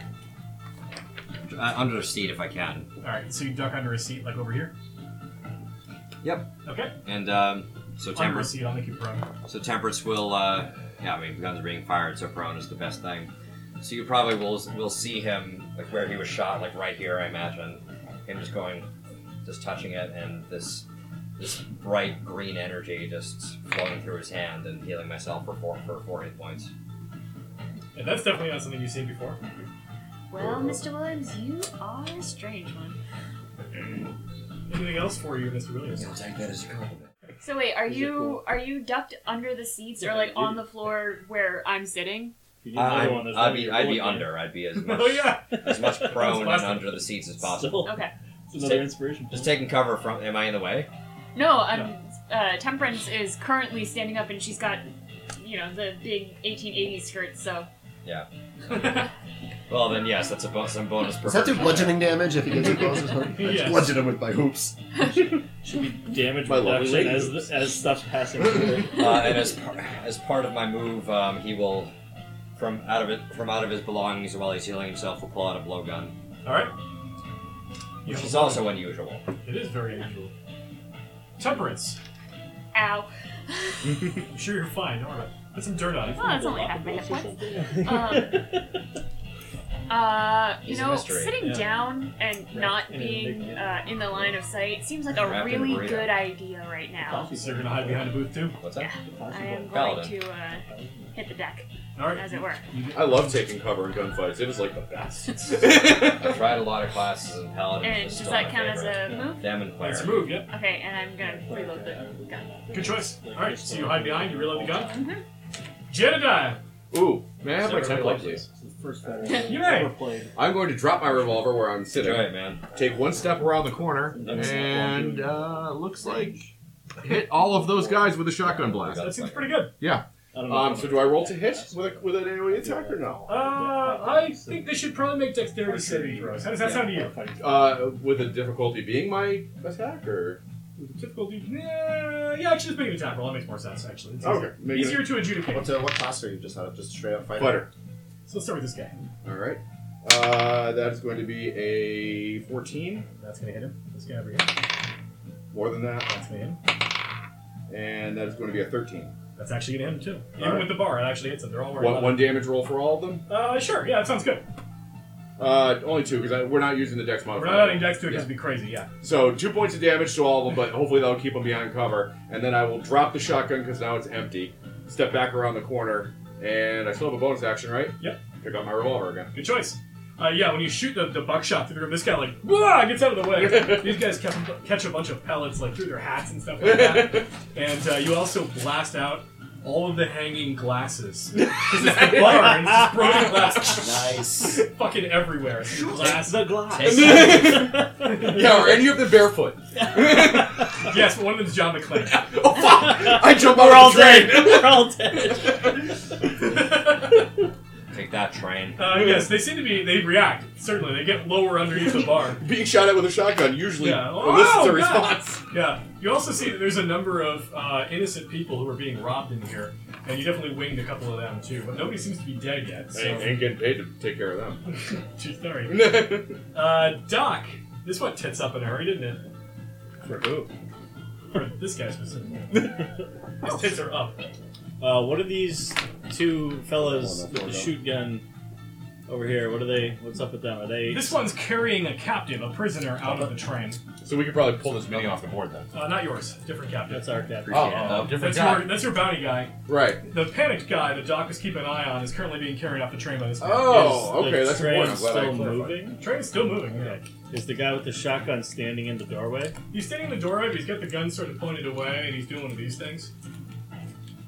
[SPEAKER 5] uh, under the seat if I can.
[SPEAKER 1] Alright, so you duck under a seat, like over here?
[SPEAKER 5] Yep.
[SPEAKER 1] Okay.
[SPEAKER 5] And um, so
[SPEAKER 1] Under a
[SPEAKER 5] temperance,
[SPEAKER 1] seat, I'll make you prone.
[SPEAKER 5] so temperance will. Uh, yeah, I mean, guns are being fired, so prone is the best thing. So you probably will will see him like where he was shot, like right here, I imagine. Him just going, just touching it, and this this bright green energy just flowing through his hand and healing myself for four for four hit points.
[SPEAKER 1] And that's definitely not something you've seen before.
[SPEAKER 3] Well, Mr. Williams, you are a strange one.
[SPEAKER 1] Anything else for you, Mr. Williams?
[SPEAKER 5] You'll take that as a compliment.
[SPEAKER 3] So wait, are
[SPEAKER 4] Is it
[SPEAKER 3] you
[SPEAKER 4] cool?
[SPEAKER 3] are you ducked under the seats or
[SPEAKER 4] Yeah,
[SPEAKER 3] like
[SPEAKER 4] you-
[SPEAKER 3] on the floor where I'm sitting?
[SPEAKER 4] If you need another one,
[SPEAKER 5] I'd,
[SPEAKER 4] there's
[SPEAKER 5] I'd
[SPEAKER 4] one
[SPEAKER 5] be
[SPEAKER 4] you're
[SPEAKER 5] I'd be
[SPEAKER 4] looking at.
[SPEAKER 5] under. I'd be as much
[SPEAKER 1] Oh, yeah!
[SPEAKER 5] as much prone
[SPEAKER 1] That's
[SPEAKER 5] and
[SPEAKER 1] plastic.
[SPEAKER 5] under the seats as possible.
[SPEAKER 4] Still,
[SPEAKER 3] Okay.
[SPEAKER 4] it's another inspiration.
[SPEAKER 5] Just
[SPEAKER 4] point.
[SPEAKER 5] taking cover from. Am I in the way?
[SPEAKER 3] No, I'm. Uh, Temperance is currently standing up and she's got, you know, the big 1880s skirt. So
[SPEAKER 5] Well, then yes, that's a bo- some bonus.
[SPEAKER 6] Does that do
[SPEAKER 5] perception.
[SPEAKER 6] bludgeoning damage if he gets close? I
[SPEAKER 1] Yes.
[SPEAKER 6] just bludgeon him with my hoops.
[SPEAKER 4] should be damage
[SPEAKER 2] My lovely
[SPEAKER 4] reduction as
[SPEAKER 2] ladies.
[SPEAKER 4] as stuff's passing through. it.
[SPEAKER 5] Uh, and as par- as part of my move, um, he will from out of it from out of his belongings while he's healing himself, will pull out a blowgun,
[SPEAKER 1] Alright.
[SPEAKER 5] which is also unusual.
[SPEAKER 1] It is very unusual. Temperance.
[SPEAKER 3] ow.
[SPEAKER 1] I'm sure you're fine, don't worry. Put some dirt on it.
[SPEAKER 3] Well, that's only half my hit points. Um, uh, you
[SPEAKER 5] He's a
[SPEAKER 3] know,
[SPEAKER 5] mystery.
[SPEAKER 3] sitting
[SPEAKER 4] Yeah.
[SPEAKER 3] down and not
[SPEAKER 4] And then
[SPEAKER 3] being
[SPEAKER 4] they-
[SPEAKER 3] uh, in the line of sight seems like a
[SPEAKER 5] Wrapped in a
[SPEAKER 3] really
[SPEAKER 5] burrito.
[SPEAKER 3] good idea right now.
[SPEAKER 1] So you're gonna hide behind a booth too?
[SPEAKER 5] What's that?
[SPEAKER 3] I am going
[SPEAKER 5] Paladin.
[SPEAKER 3] to uh, hit the deck,
[SPEAKER 1] Alright.
[SPEAKER 3] as it were.
[SPEAKER 2] I love taking cover in gunfights. It is like the best.
[SPEAKER 5] I've tried a lot of classes in paladin.
[SPEAKER 3] And
[SPEAKER 5] it's
[SPEAKER 3] does
[SPEAKER 5] still
[SPEAKER 3] that
[SPEAKER 5] my
[SPEAKER 3] count as
[SPEAKER 5] favorite.
[SPEAKER 3] a move?
[SPEAKER 5] Them and Claire.
[SPEAKER 1] That's a move, yeah.
[SPEAKER 3] Okay, and I'm gonna reload the gun.
[SPEAKER 1] Good choice. Alright, so you hide behind, you reload the gun.
[SPEAKER 3] Mhm.
[SPEAKER 1] Jedediah!
[SPEAKER 2] Ooh, may I have my
[SPEAKER 5] Is that
[SPEAKER 2] template,
[SPEAKER 5] right?
[SPEAKER 2] please?
[SPEAKER 4] It's the first veteran
[SPEAKER 1] You
[SPEAKER 4] you
[SPEAKER 1] may.
[SPEAKER 4] ever played.
[SPEAKER 2] I'm going to drop my revolver where I'm sitting,
[SPEAKER 5] Enjoy it, man.
[SPEAKER 2] take one step around the corner,
[SPEAKER 4] That's not
[SPEAKER 2] and
[SPEAKER 4] walking.
[SPEAKER 2] uh, looks like hit all of those guys with a shotgun blast.
[SPEAKER 1] That seems pretty good.
[SPEAKER 4] I don't know.
[SPEAKER 2] Um, so do I roll to hit with a, with an AoE attack or no?
[SPEAKER 1] Uh, I think they should probably make dexterity saving throws. How does that sound to you?
[SPEAKER 2] Uh, with the difficulty being my attack, or
[SPEAKER 1] Difficulty? Yeah, yeah, actually, just make an attack roll. That makes more sense, actually. It's easier,
[SPEAKER 2] Make it-
[SPEAKER 1] easier to adjudicate.
[SPEAKER 6] What, uh, what class are you just out of? Just straight up fighter?
[SPEAKER 2] Fighter.
[SPEAKER 1] So let's start with this guy.
[SPEAKER 2] All right. Uh, that is going to be a 14.
[SPEAKER 1] That's going to hit him. This guy over here.
[SPEAKER 2] More than that,
[SPEAKER 1] That's going to hit him.
[SPEAKER 2] and that is going to be a 13.
[SPEAKER 1] That's actually going to hit him, too. Even
[SPEAKER 2] Alright.
[SPEAKER 1] with the bar, it actually hits him. They're all wearing
[SPEAKER 2] One, one damage roll for all of them.
[SPEAKER 1] leather. Uh, sure, yeah, that sounds good.
[SPEAKER 2] Uh, only two because we're not using the dex
[SPEAKER 1] We're
[SPEAKER 2] modifier.
[SPEAKER 1] not adding dex to it because it'd be crazy, yeah.
[SPEAKER 2] So two points of damage to all of them, but hopefully that'll keep them behind cover. And then I will drop the shotgun because now it's empty. Step back around the corner, and I still have a bonus action, right?
[SPEAKER 1] Yep.
[SPEAKER 2] Pick up my revolver again.
[SPEAKER 1] Good choice. Uh, yeah, when you shoot the, the buckshot through the room, this guy, like, Wah! gets out of the way. These guys catch, catch a bunch of pellets, like, through their hats and stuff like that. and uh, you also blast out all of the hanging glasses. Because it's the bar, and it's just broken glass
[SPEAKER 6] Nice.
[SPEAKER 1] fucking everywhere. It's glass.
[SPEAKER 4] the glass.
[SPEAKER 2] yeah, or any of the barefoot.
[SPEAKER 1] yes, but one of them's John McClane.
[SPEAKER 2] Oh fuck! I jump out
[SPEAKER 4] We're
[SPEAKER 2] of
[SPEAKER 4] all
[SPEAKER 2] the train.
[SPEAKER 4] dead. We're all dead.
[SPEAKER 5] Take that train.
[SPEAKER 1] Uh, yes, they seem to be. They react. Certainly, they get lower underneath the bar.
[SPEAKER 2] Being shot at with a shotgun usually
[SPEAKER 1] Yeah.
[SPEAKER 2] elicits
[SPEAKER 1] Oh,
[SPEAKER 2] a
[SPEAKER 1] God.
[SPEAKER 2] response.
[SPEAKER 1] Yeah. You also see that there's a number of uh, innocent people who are being robbed in here, and you definitely winged a couple of them too. But nobody seems to be dead yet.
[SPEAKER 2] I ain't,
[SPEAKER 1] So,
[SPEAKER 2] ain't getting paid to take care of them.
[SPEAKER 1] Too sorry. Uh, Doc, this one tits up in a hurry, didn't it?
[SPEAKER 2] For who?
[SPEAKER 1] For this guy specifically. His tits are up.
[SPEAKER 4] Uh, what are these two fellas
[SPEAKER 6] Hold on,
[SPEAKER 4] with the
[SPEAKER 6] hold on.
[SPEAKER 4] shoot gun over here? What are they? What's up with them? Are they?
[SPEAKER 1] This one's carrying a captive, a prisoner, out of the train.
[SPEAKER 2] So we could probably pull this mini off the board then.
[SPEAKER 1] Uh, not yours. Different captive.
[SPEAKER 4] That's our captain.
[SPEAKER 2] Oh,
[SPEAKER 5] Uh,
[SPEAKER 1] That's
[SPEAKER 5] different
[SPEAKER 1] your, that's your bounty guy.
[SPEAKER 2] right.
[SPEAKER 1] The panicked guy that Doc is keeping an eye on is currently being carried off the train by this man.
[SPEAKER 2] Oh,
[SPEAKER 4] Is
[SPEAKER 2] okay,
[SPEAKER 4] the
[SPEAKER 2] that's
[SPEAKER 4] train
[SPEAKER 2] important. I'm glad I
[SPEAKER 4] Still
[SPEAKER 2] clarified.
[SPEAKER 4] moving?
[SPEAKER 1] Train's still moving. Yeah.
[SPEAKER 4] Is the guy with the shotgun standing in the doorway?
[SPEAKER 1] He's standing in the doorway, but he's got the gun sort of pointed away, and he's doing one of these things.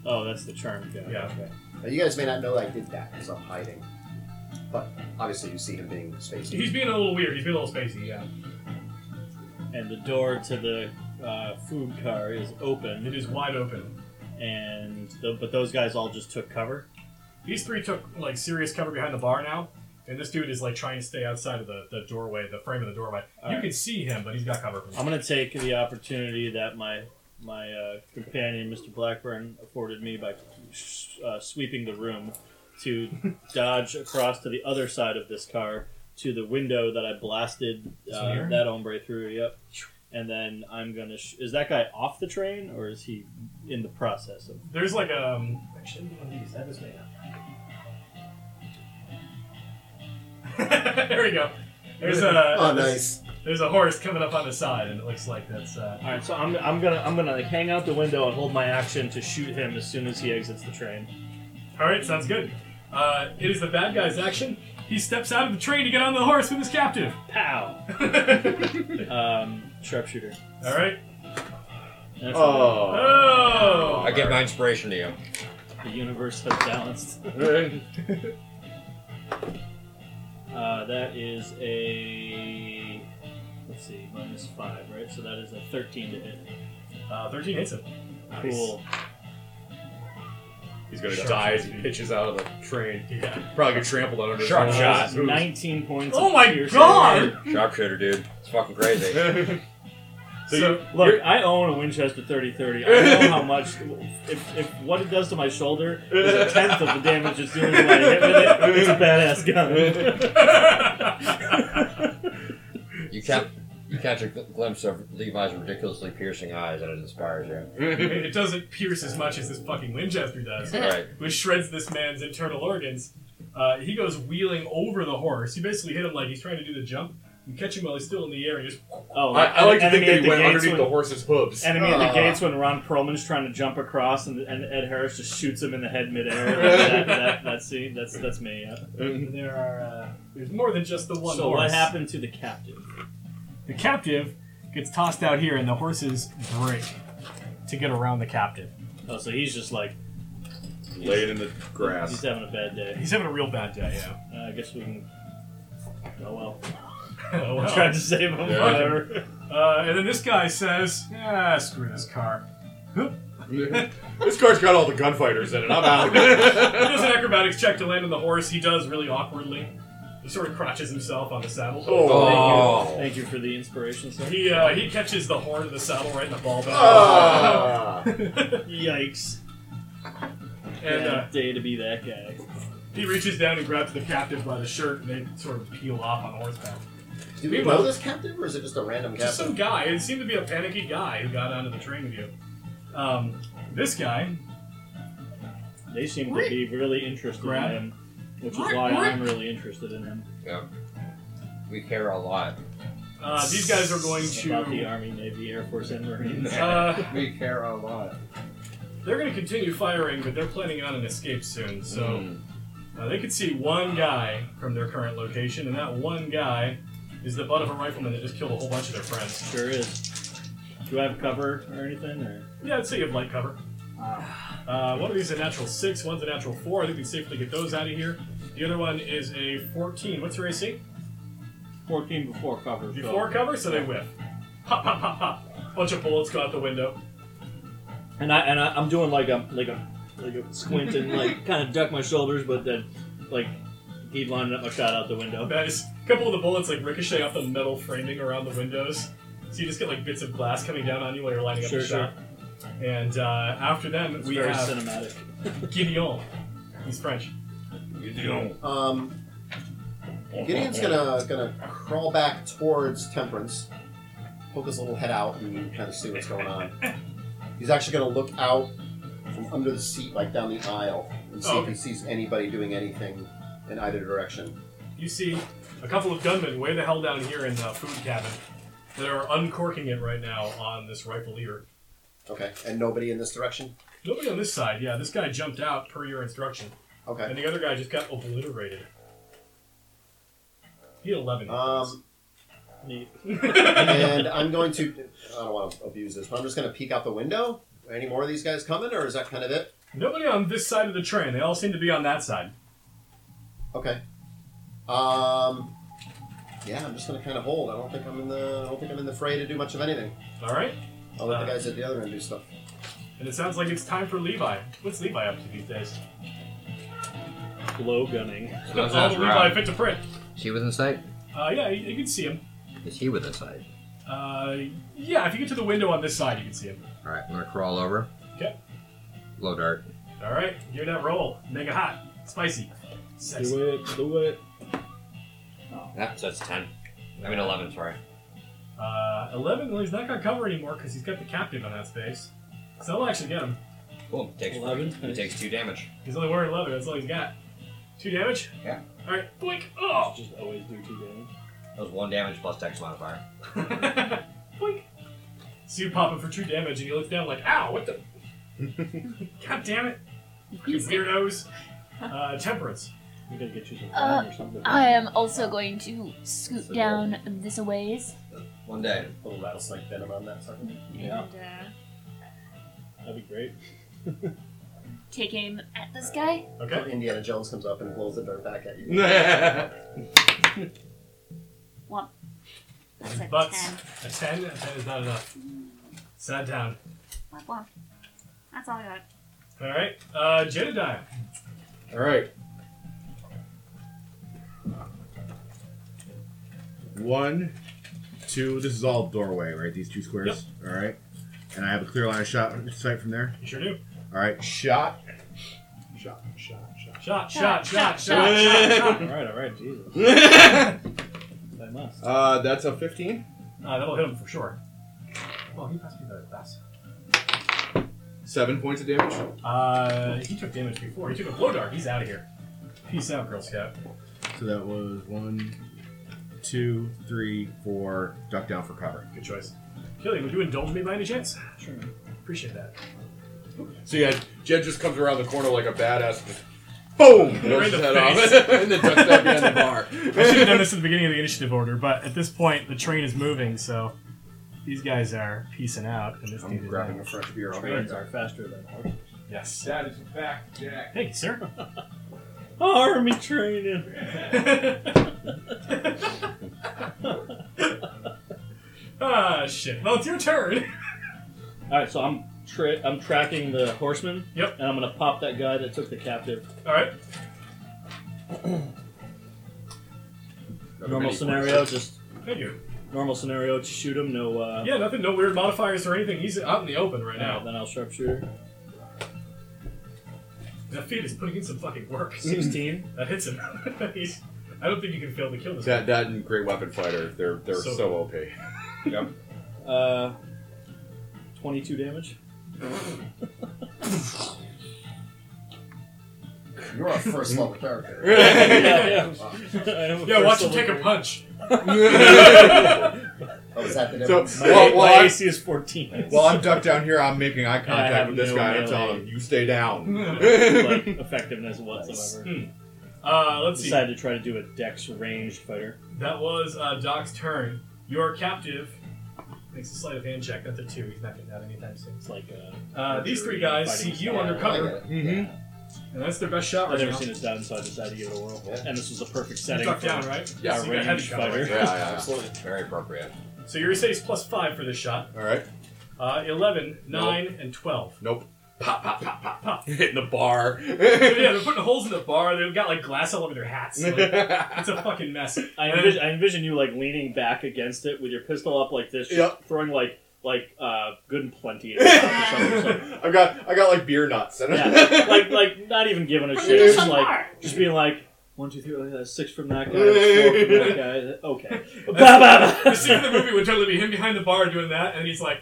[SPEAKER 4] Oh, that's the charm guy.
[SPEAKER 1] Yeah.
[SPEAKER 4] Okay.
[SPEAKER 6] Uh, Now, you guys may not know that I did that because I'm hiding. but obviously you see him being spacey.
[SPEAKER 1] He's being a little weird. He's being a little spacey. Yeah.
[SPEAKER 4] and the door to the uh, food car is
[SPEAKER 1] It
[SPEAKER 4] open,
[SPEAKER 1] is wide open.
[SPEAKER 4] and the, but those guys all just took cover.
[SPEAKER 1] These three took like serious cover behind the bar now, and this dude is like trying to stay outside of the, the doorway, the frame of the doorway.
[SPEAKER 4] All
[SPEAKER 1] you
[SPEAKER 4] right.
[SPEAKER 1] can see him, but he's got cover from.
[SPEAKER 4] I'm gonna take the opportunity that my my uh, companion, Mr. Blackburn, afforded me by uh, sweeping the room to dodge across to the other side of this car to the window that I blasted
[SPEAKER 1] This
[SPEAKER 4] uh,
[SPEAKER 1] here?
[SPEAKER 4] that ombre through. Yep. And then I'm gonna. Sh- is that guy off the train or is he in the process of?
[SPEAKER 1] There's like um. Actually, I need these. I have this man. there we go. There's
[SPEAKER 2] uh,
[SPEAKER 1] a
[SPEAKER 6] oh, nice.
[SPEAKER 1] there's a horse coming up on the side, and it looks like that's uh,
[SPEAKER 4] All right, so I'm, I'm gonna I'm gonna like hang out the window and hold my action to shoot him as soon as he exits the train.
[SPEAKER 1] All right, sounds good. Uh, it is the bad guy's action. He steps out of the train to get on the horse with his captive.
[SPEAKER 4] Pow!
[SPEAKER 1] All
[SPEAKER 4] Um, sharpshooter.
[SPEAKER 1] right.
[SPEAKER 4] And if
[SPEAKER 2] Oh.
[SPEAKER 1] Oh,
[SPEAKER 5] I give my inspiration to you.
[SPEAKER 4] The universe has balanced.
[SPEAKER 2] Oh.
[SPEAKER 4] Uh, that is a let's see, minus five, right? So that is a thirteen to hit.
[SPEAKER 1] uh, thirteen hits him.
[SPEAKER 4] Cool.
[SPEAKER 2] He's gonna
[SPEAKER 1] Sharp
[SPEAKER 2] die as he
[SPEAKER 1] shooting.
[SPEAKER 2] pitches out of the train.
[SPEAKER 1] Yeah.
[SPEAKER 2] Probably get trampled under. his
[SPEAKER 5] Sharp
[SPEAKER 2] own
[SPEAKER 5] shot.
[SPEAKER 2] horse's hooves.
[SPEAKER 4] Uh, Nineteen points.
[SPEAKER 1] Oh
[SPEAKER 4] of
[SPEAKER 1] my
[SPEAKER 4] piercing.
[SPEAKER 1] God!
[SPEAKER 5] Sharpshooter, dude. It's fucking crazy.
[SPEAKER 2] so,
[SPEAKER 1] So,
[SPEAKER 2] you,
[SPEAKER 4] Look,
[SPEAKER 2] you're-
[SPEAKER 4] I own a Winchester 3030. I know how much. If, if what it does to my shoulder is a tenth of the damage it's doing when I hit with it, it's a badass gun.
[SPEAKER 5] You catch, you catch a gl- glimpse of Levi's ridiculously piercing eyes, and it inspires you.
[SPEAKER 1] it doesn't pierce as much as this fucking Winchester does,
[SPEAKER 5] Right.
[SPEAKER 1] which shreds this man's internal organs. Uh, he goes wheeling over the horse. You basically hit him like he's trying to do the jump. You catch him while he's still in the air. And you just
[SPEAKER 4] Oh,
[SPEAKER 2] I, I like to
[SPEAKER 4] enemy
[SPEAKER 2] think that
[SPEAKER 4] at
[SPEAKER 2] he went
[SPEAKER 4] gates
[SPEAKER 2] underneath
[SPEAKER 4] when-
[SPEAKER 2] the horse's hooves.
[SPEAKER 4] Enemy at
[SPEAKER 6] Ah.
[SPEAKER 4] the gates when Ron Perlman's trying to jump across and, and Ed Harris just shoots him in the head midair. that, that, that scene, that's that's me. Yeah.
[SPEAKER 1] there are uh, there's more than just the one.
[SPEAKER 4] so
[SPEAKER 1] horse.
[SPEAKER 4] what happened to the captive?
[SPEAKER 1] The captive gets tossed out here, and the horses break to get around the captive.
[SPEAKER 4] Oh, so he's just like
[SPEAKER 2] Laid in the
[SPEAKER 4] he's
[SPEAKER 2] grass.
[SPEAKER 4] having a bad day.
[SPEAKER 1] He's having a real bad day, yeah.
[SPEAKER 4] Uh, I guess we can. Oh well,
[SPEAKER 1] Oh,
[SPEAKER 4] I
[SPEAKER 1] well.
[SPEAKER 4] tried to save him.
[SPEAKER 2] Yeah.
[SPEAKER 4] Whatever.
[SPEAKER 1] Uh, and then this guy says, "Ah, screw this car."
[SPEAKER 2] this car's got all the gunfighters in it. I'm out.
[SPEAKER 1] He does an acrobatics check to land on the horse. He does really awkwardly. He sort of crotches himself on the saddle.
[SPEAKER 5] Oh.
[SPEAKER 4] Thank you for the inspiration, sir.
[SPEAKER 1] He uh, he catches the horn of the saddle right in the ball bag.
[SPEAKER 2] Ah.
[SPEAKER 4] Yikes!
[SPEAKER 1] and uh,
[SPEAKER 4] Bad day to be that guy.
[SPEAKER 1] he reaches down and grabs the captive by the shirt, and they sort of peel off on horseback.
[SPEAKER 6] Do we
[SPEAKER 1] Meanwhile-
[SPEAKER 6] know this captive, or is it just a random captive?
[SPEAKER 1] Just some guy. It seemed to be a panicky guy who got onto the train with you. Um, this guy
[SPEAKER 4] They seem to
[SPEAKER 3] What?
[SPEAKER 4] be really interested
[SPEAKER 1] Grab.
[SPEAKER 4] in him, which is
[SPEAKER 3] What?
[SPEAKER 4] why
[SPEAKER 3] What?
[SPEAKER 4] I'm really interested in him.
[SPEAKER 5] We care a lot.
[SPEAKER 1] Uh, these guys are going
[SPEAKER 4] about the
[SPEAKER 1] to.
[SPEAKER 4] Army, Navy, Air Force, and Marines.
[SPEAKER 1] Uh,
[SPEAKER 5] We care a lot.
[SPEAKER 1] they're going to continue firing, but they're planning on an escape soon. So uh, they could see one guy from their current location, and that one guy is the butt of a rifleman that just killed a whole bunch of their friends.
[SPEAKER 4] Sure is. Do I have cover or anything? Or?
[SPEAKER 1] Yeah, I'd say you have light cover. Uh, one of these is a natural six, one's a natural four. I think we can safely get those out of here. The other one is a 14. What's your AC?
[SPEAKER 4] 14 before cover. so-
[SPEAKER 1] Before cover, so they whiff. Pop, pop, pop, pop. Bunch of bullets go out the window.
[SPEAKER 4] And I and I, I'm doing like a like a like a squint and like kind of duck my shoulders, but then like keep lining up my shot out the window.
[SPEAKER 1] Nice. A couple of the bullets like ricochet off the metal framing around the windows, so you just get like bits of glass coming down on you while you're lining up
[SPEAKER 4] Sure,
[SPEAKER 1] the shot. And uh, after them,
[SPEAKER 4] It's
[SPEAKER 1] we
[SPEAKER 4] very
[SPEAKER 1] have
[SPEAKER 4] cinematic.
[SPEAKER 1] Gideon. He's French.
[SPEAKER 6] Um, Gideon's gonna gonna crawl back towards Temperance, poke his little head out, and kind of see what's going on. He's actually gonna look out from under the seat, like down the aisle, and see
[SPEAKER 1] Oh,
[SPEAKER 6] if
[SPEAKER 1] okay.
[SPEAKER 6] he sees anybody doing anything in either direction.
[SPEAKER 1] You see a couple of gunmen way the hell down here in the food cabin that are uncorking it right now on this rifleer.
[SPEAKER 6] Okay, and nobody in this direction.
[SPEAKER 1] Nobody on this side. Yeah, this guy jumped out per your instruction, and
[SPEAKER 6] Okay.
[SPEAKER 1] the other guy just got obliterated. He had 11.
[SPEAKER 6] Um,
[SPEAKER 4] Neat.
[SPEAKER 6] and I'm going to. I don't want to abuse this, but I'm just gonna peek out the window. Any more of these guys coming, or is that kind of it?
[SPEAKER 1] Nobody on this side of the train. They all seem to be on that side.
[SPEAKER 6] Okay. Um, yeah, I'm just gonna kind of hold. I don't think I'm in the. I don't think I'm in the fray to do much of anything.
[SPEAKER 1] All right.
[SPEAKER 6] I'll let
[SPEAKER 1] Uh,
[SPEAKER 6] the guys at the other end do stuff.
[SPEAKER 1] And it sounds like it's time for Levi. What's Levi up to these days?
[SPEAKER 4] Blow gunning.
[SPEAKER 1] All
[SPEAKER 5] Those guys
[SPEAKER 1] the
[SPEAKER 5] are
[SPEAKER 1] Levi
[SPEAKER 5] out.
[SPEAKER 1] fit to print.
[SPEAKER 5] Is he within sight?
[SPEAKER 1] Uh, yeah, you, you can see him.
[SPEAKER 5] Is he within sight?
[SPEAKER 1] Uh, yeah, if you get to the window on this side, you can see him.
[SPEAKER 5] All right, I'm gonna crawl over.
[SPEAKER 1] Okay.
[SPEAKER 5] Low dart.
[SPEAKER 1] All right, give it that roll. Make it hot, spicy, sexy.
[SPEAKER 4] Do it, do it.
[SPEAKER 5] Yeah, so it's ten. I mean eleven. Sorry.
[SPEAKER 1] Uh, Eleven. Well, he's not gonna cover anymore because he's got the captive on that space. So that'll actually get him.
[SPEAKER 5] Boom. Takes
[SPEAKER 4] 11.
[SPEAKER 5] It takes two damage.
[SPEAKER 1] He's only wearing leather. That's all he's got. Two damage.
[SPEAKER 5] Yeah.
[SPEAKER 1] All right. Boink. Oh.
[SPEAKER 4] Just always do two damage.
[SPEAKER 5] That was one damage plus dex modifier.
[SPEAKER 1] Boink. So you pop him for two damage, and he looks down like, "Ow! What the? God damn it! You weirdos!" Uh, temperance.
[SPEAKER 4] We gotta get you some
[SPEAKER 8] Uh,
[SPEAKER 4] wine or something.
[SPEAKER 8] I am also going to scoot down this a ways.
[SPEAKER 5] One day.
[SPEAKER 6] Little rattlesnake venom on that sucker.
[SPEAKER 4] Yeah,
[SPEAKER 3] and uh,
[SPEAKER 4] that'd be great.
[SPEAKER 3] take aim at this guy.
[SPEAKER 1] Okay.
[SPEAKER 6] Indiana Jones comes up and blows the dart back at you.
[SPEAKER 2] That's
[SPEAKER 3] One. That's a
[SPEAKER 1] Butts. A
[SPEAKER 3] ten.
[SPEAKER 1] ten. A ten is not enough. Sat down.
[SPEAKER 3] Blah, blah. That's all I got.
[SPEAKER 1] All right. Uh, Jedediah.
[SPEAKER 2] All right. One, two. This is all doorway, right? These two squares. All right. And I have a clear line of shot sight from there.
[SPEAKER 1] You sure do.
[SPEAKER 2] All right. Shot. Shot. Shot. Shot.
[SPEAKER 1] Shot, shot, shot, shot,
[SPEAKER 3] Shot, shot,
[SPEAKER 1] shot, shot.
[SPEAKER 4] Alright, alright, Jesus. I must.
[SPEAKER 2] uh, that's a fifteen.
[SPEAKER 1] Uh, that'll hit him for sure. Well, he passed me the pass.
[SPEAKER 2] Seven points of damage.
[SPEAKER 1] Uh, he took damage before. He took a blow dart. He's out of here. Peace out, Girl Scout.
[SPEAKER 2] So that was one, two, three, four. Duck down for cover.
[SPEAKER 1] Good choice. Killian, would you indulge me by any chance? Sure. Appreciate that.
[SPEAKER 2] So yeah, Jed just comes around the corner like a badass. Just boom!
[SPEAKER 1] Right in
[SPEAKER 2] Blows
[SPEAKER 1] the
[SPEAKER 2] his head off,
[SPEAKER 1] face.
[SPEAKER 2] and then ducks down behind the bar.
[SPEAKER 1] I should have done this at the beginning of the initiative order, but at this point, the train is moving, so these guys are peacing out, and this dude
[SPEAKER 2] I'm
[SPEAKER 1] is
[SPEAKER 2] grabbing a
[SPEAKER 1] not.
[SPEAKER 2] fresh beer. I'll be right
[SPEAKER 4] Trains
[SPEAKER 2] back.
[SPEAKER 4] are faster than horses.
[SPEAKER 1] Yes.
[SPEAKER 2] That is fact, Jack.
[SPEAKER 1] Thank you, sir.
[SPEAKER 4] Army training.
[SPEAKER 1] ah, shit. Well, it's your turn.
[SPEAKER 4] Alright, so I'm tra- I'm tracking the horseman.
[SPEAKER 1] Yep.
[SPEAKER 4] And I'm gonna pop that guy that took the captive.
[SPEAKER 1] All right.
[SPEAKER 4] Normal scenario, just
[SPEAKER 1] Thank you.
[SPEAKER 4] normal scenario, shoot him, no uh
[SPEAKER 1] Yeah, nothing, no weird modifiers or anything. He's out in the open right
[SPEAKER 4] alright,
[SPEAKER 1] now.
[SPEAKER 4] then I'll sharpshooter.
[SPEAKER 1] That feed is putting in some fucking work.
[SPEAKER 4] Sixteen.
[SPEAKER 1] That hits him. He's, I don't think you can fail to kill this
[SPEAKER 2] That that and Great Weapon Fighter, they're they're
[SPEAKER 1] So-
[SPEAKER 2] so, OP.
[SPEAKER 5] Yep.
[SPEAKER 4] Uh twenty-two damage.
[SPEAKER 6] You're a first level character.
[SPEAKER 4] yeah, yeah.
[SPEAKER 1] guy. Yeah, watch him take a punch.
[SPEAKER 6] Oh, is that the
[SPEAKER 2] so
[SPEAKER 6] difference?
[SPEAKER 2] while, while, I'm,
[SPEAKER 4] AC is 14.
[SPEAKER 2] while I'm ducked down here, I'm making eye
[SPEAKER 4] I have
[SPEAKER 2] contact with this
[SPEAKER 4] no
[SPEAKER 2] guy and I'm telling
[SPEAKER 4] melee.
[SPEAKER 2] him, "You stay down."
[SPEAKER 4] like, effectiveness whatsoever.
[SPEAKER 1] Uh, Hmm, let's see.
[SPEAKER 4] Decided to try to do a dex ranged fighter.
[SPEAKER 1] That was uh, Doc's turn. Your captive makes a sleight of hand check. That's a two. He's not getting out anytime soon.
[SPEAKER 4] It's like uh,
[SPEAKER 1] Uh, these three guys see
[SPEAKER 4] Fighting
[SPEAKER 1] you
[SPEAKER 4] style.
[SPEAKER 6] I
[SPEAKER 1] undercover,
[SPEAKER 6] get it.
[SPEAKER 2] Mhm.
[SPEAKER 1] and that's their best shot
[SPEAKER 4] I've
[SPEAKER 1] right
[SPEAKER 4] never
[SPEAKER 1] now.
[SPEAKER 4] seen this done, so I decided to give it a whirl.
[SPEAKER 6] Yeah.
[SPEAKER 4] And this was a perfect
[SPEAKER 1] You
[SPEAKER 4] setting.
[SPEAKER 1] duck
[SPEAKER 4] for
[SPEAKER 1] down, right?
[SPEAKER 2] Yeah.
[SPEAKER 1] So
[SPEAKER 4] a
[SPEAKER 1] you got heavy
[SPEAKER 4] ranged
[SPEAKER 1] cover.
[SPEAKER 4] fighter.
[SPEAKER 2] Yeah, yeah,
[SPEAKER 6] Absolutely.
[SPEAKER 5] Very appropriate.
[SPEAKER 1] So you're saves plus five for this shot.
[SPEAKER 2] yeah. All right.
[SPEAKER 1] Uh, 11, 9, and 12.
[SPEAKER 2] Nope. Pop, pop, pop, pop, pop. Hitting the bar.
[SPEAKER 1] So yeah, they're putting holes in the bar. They've got like glass all over their hats. Like, it's a fucking mess.
[SPEAKER 4] I
[SPEAKER 1] And-
[SPEAKER 4] envision, I envision you like leaning back against it with your pistol up like this, just
[SPEAKER 2] Yep.
[SPEAKER 4] throwing like like uh, good and plenty. at it or something, or something.
[SPEAKER 2] I've got I got like beer nuts.
[SPEAKER 4] yeah, like like not even giving a shit, just like just being like one, two, three, uh, six from that guy, four from that guy. Okay, ba ba
[SPEAKER 1] the scene in
[SPEAKER 4] ba.
[SPEAKER 1] the movie would totally be him behind the bar doing that, and he's like,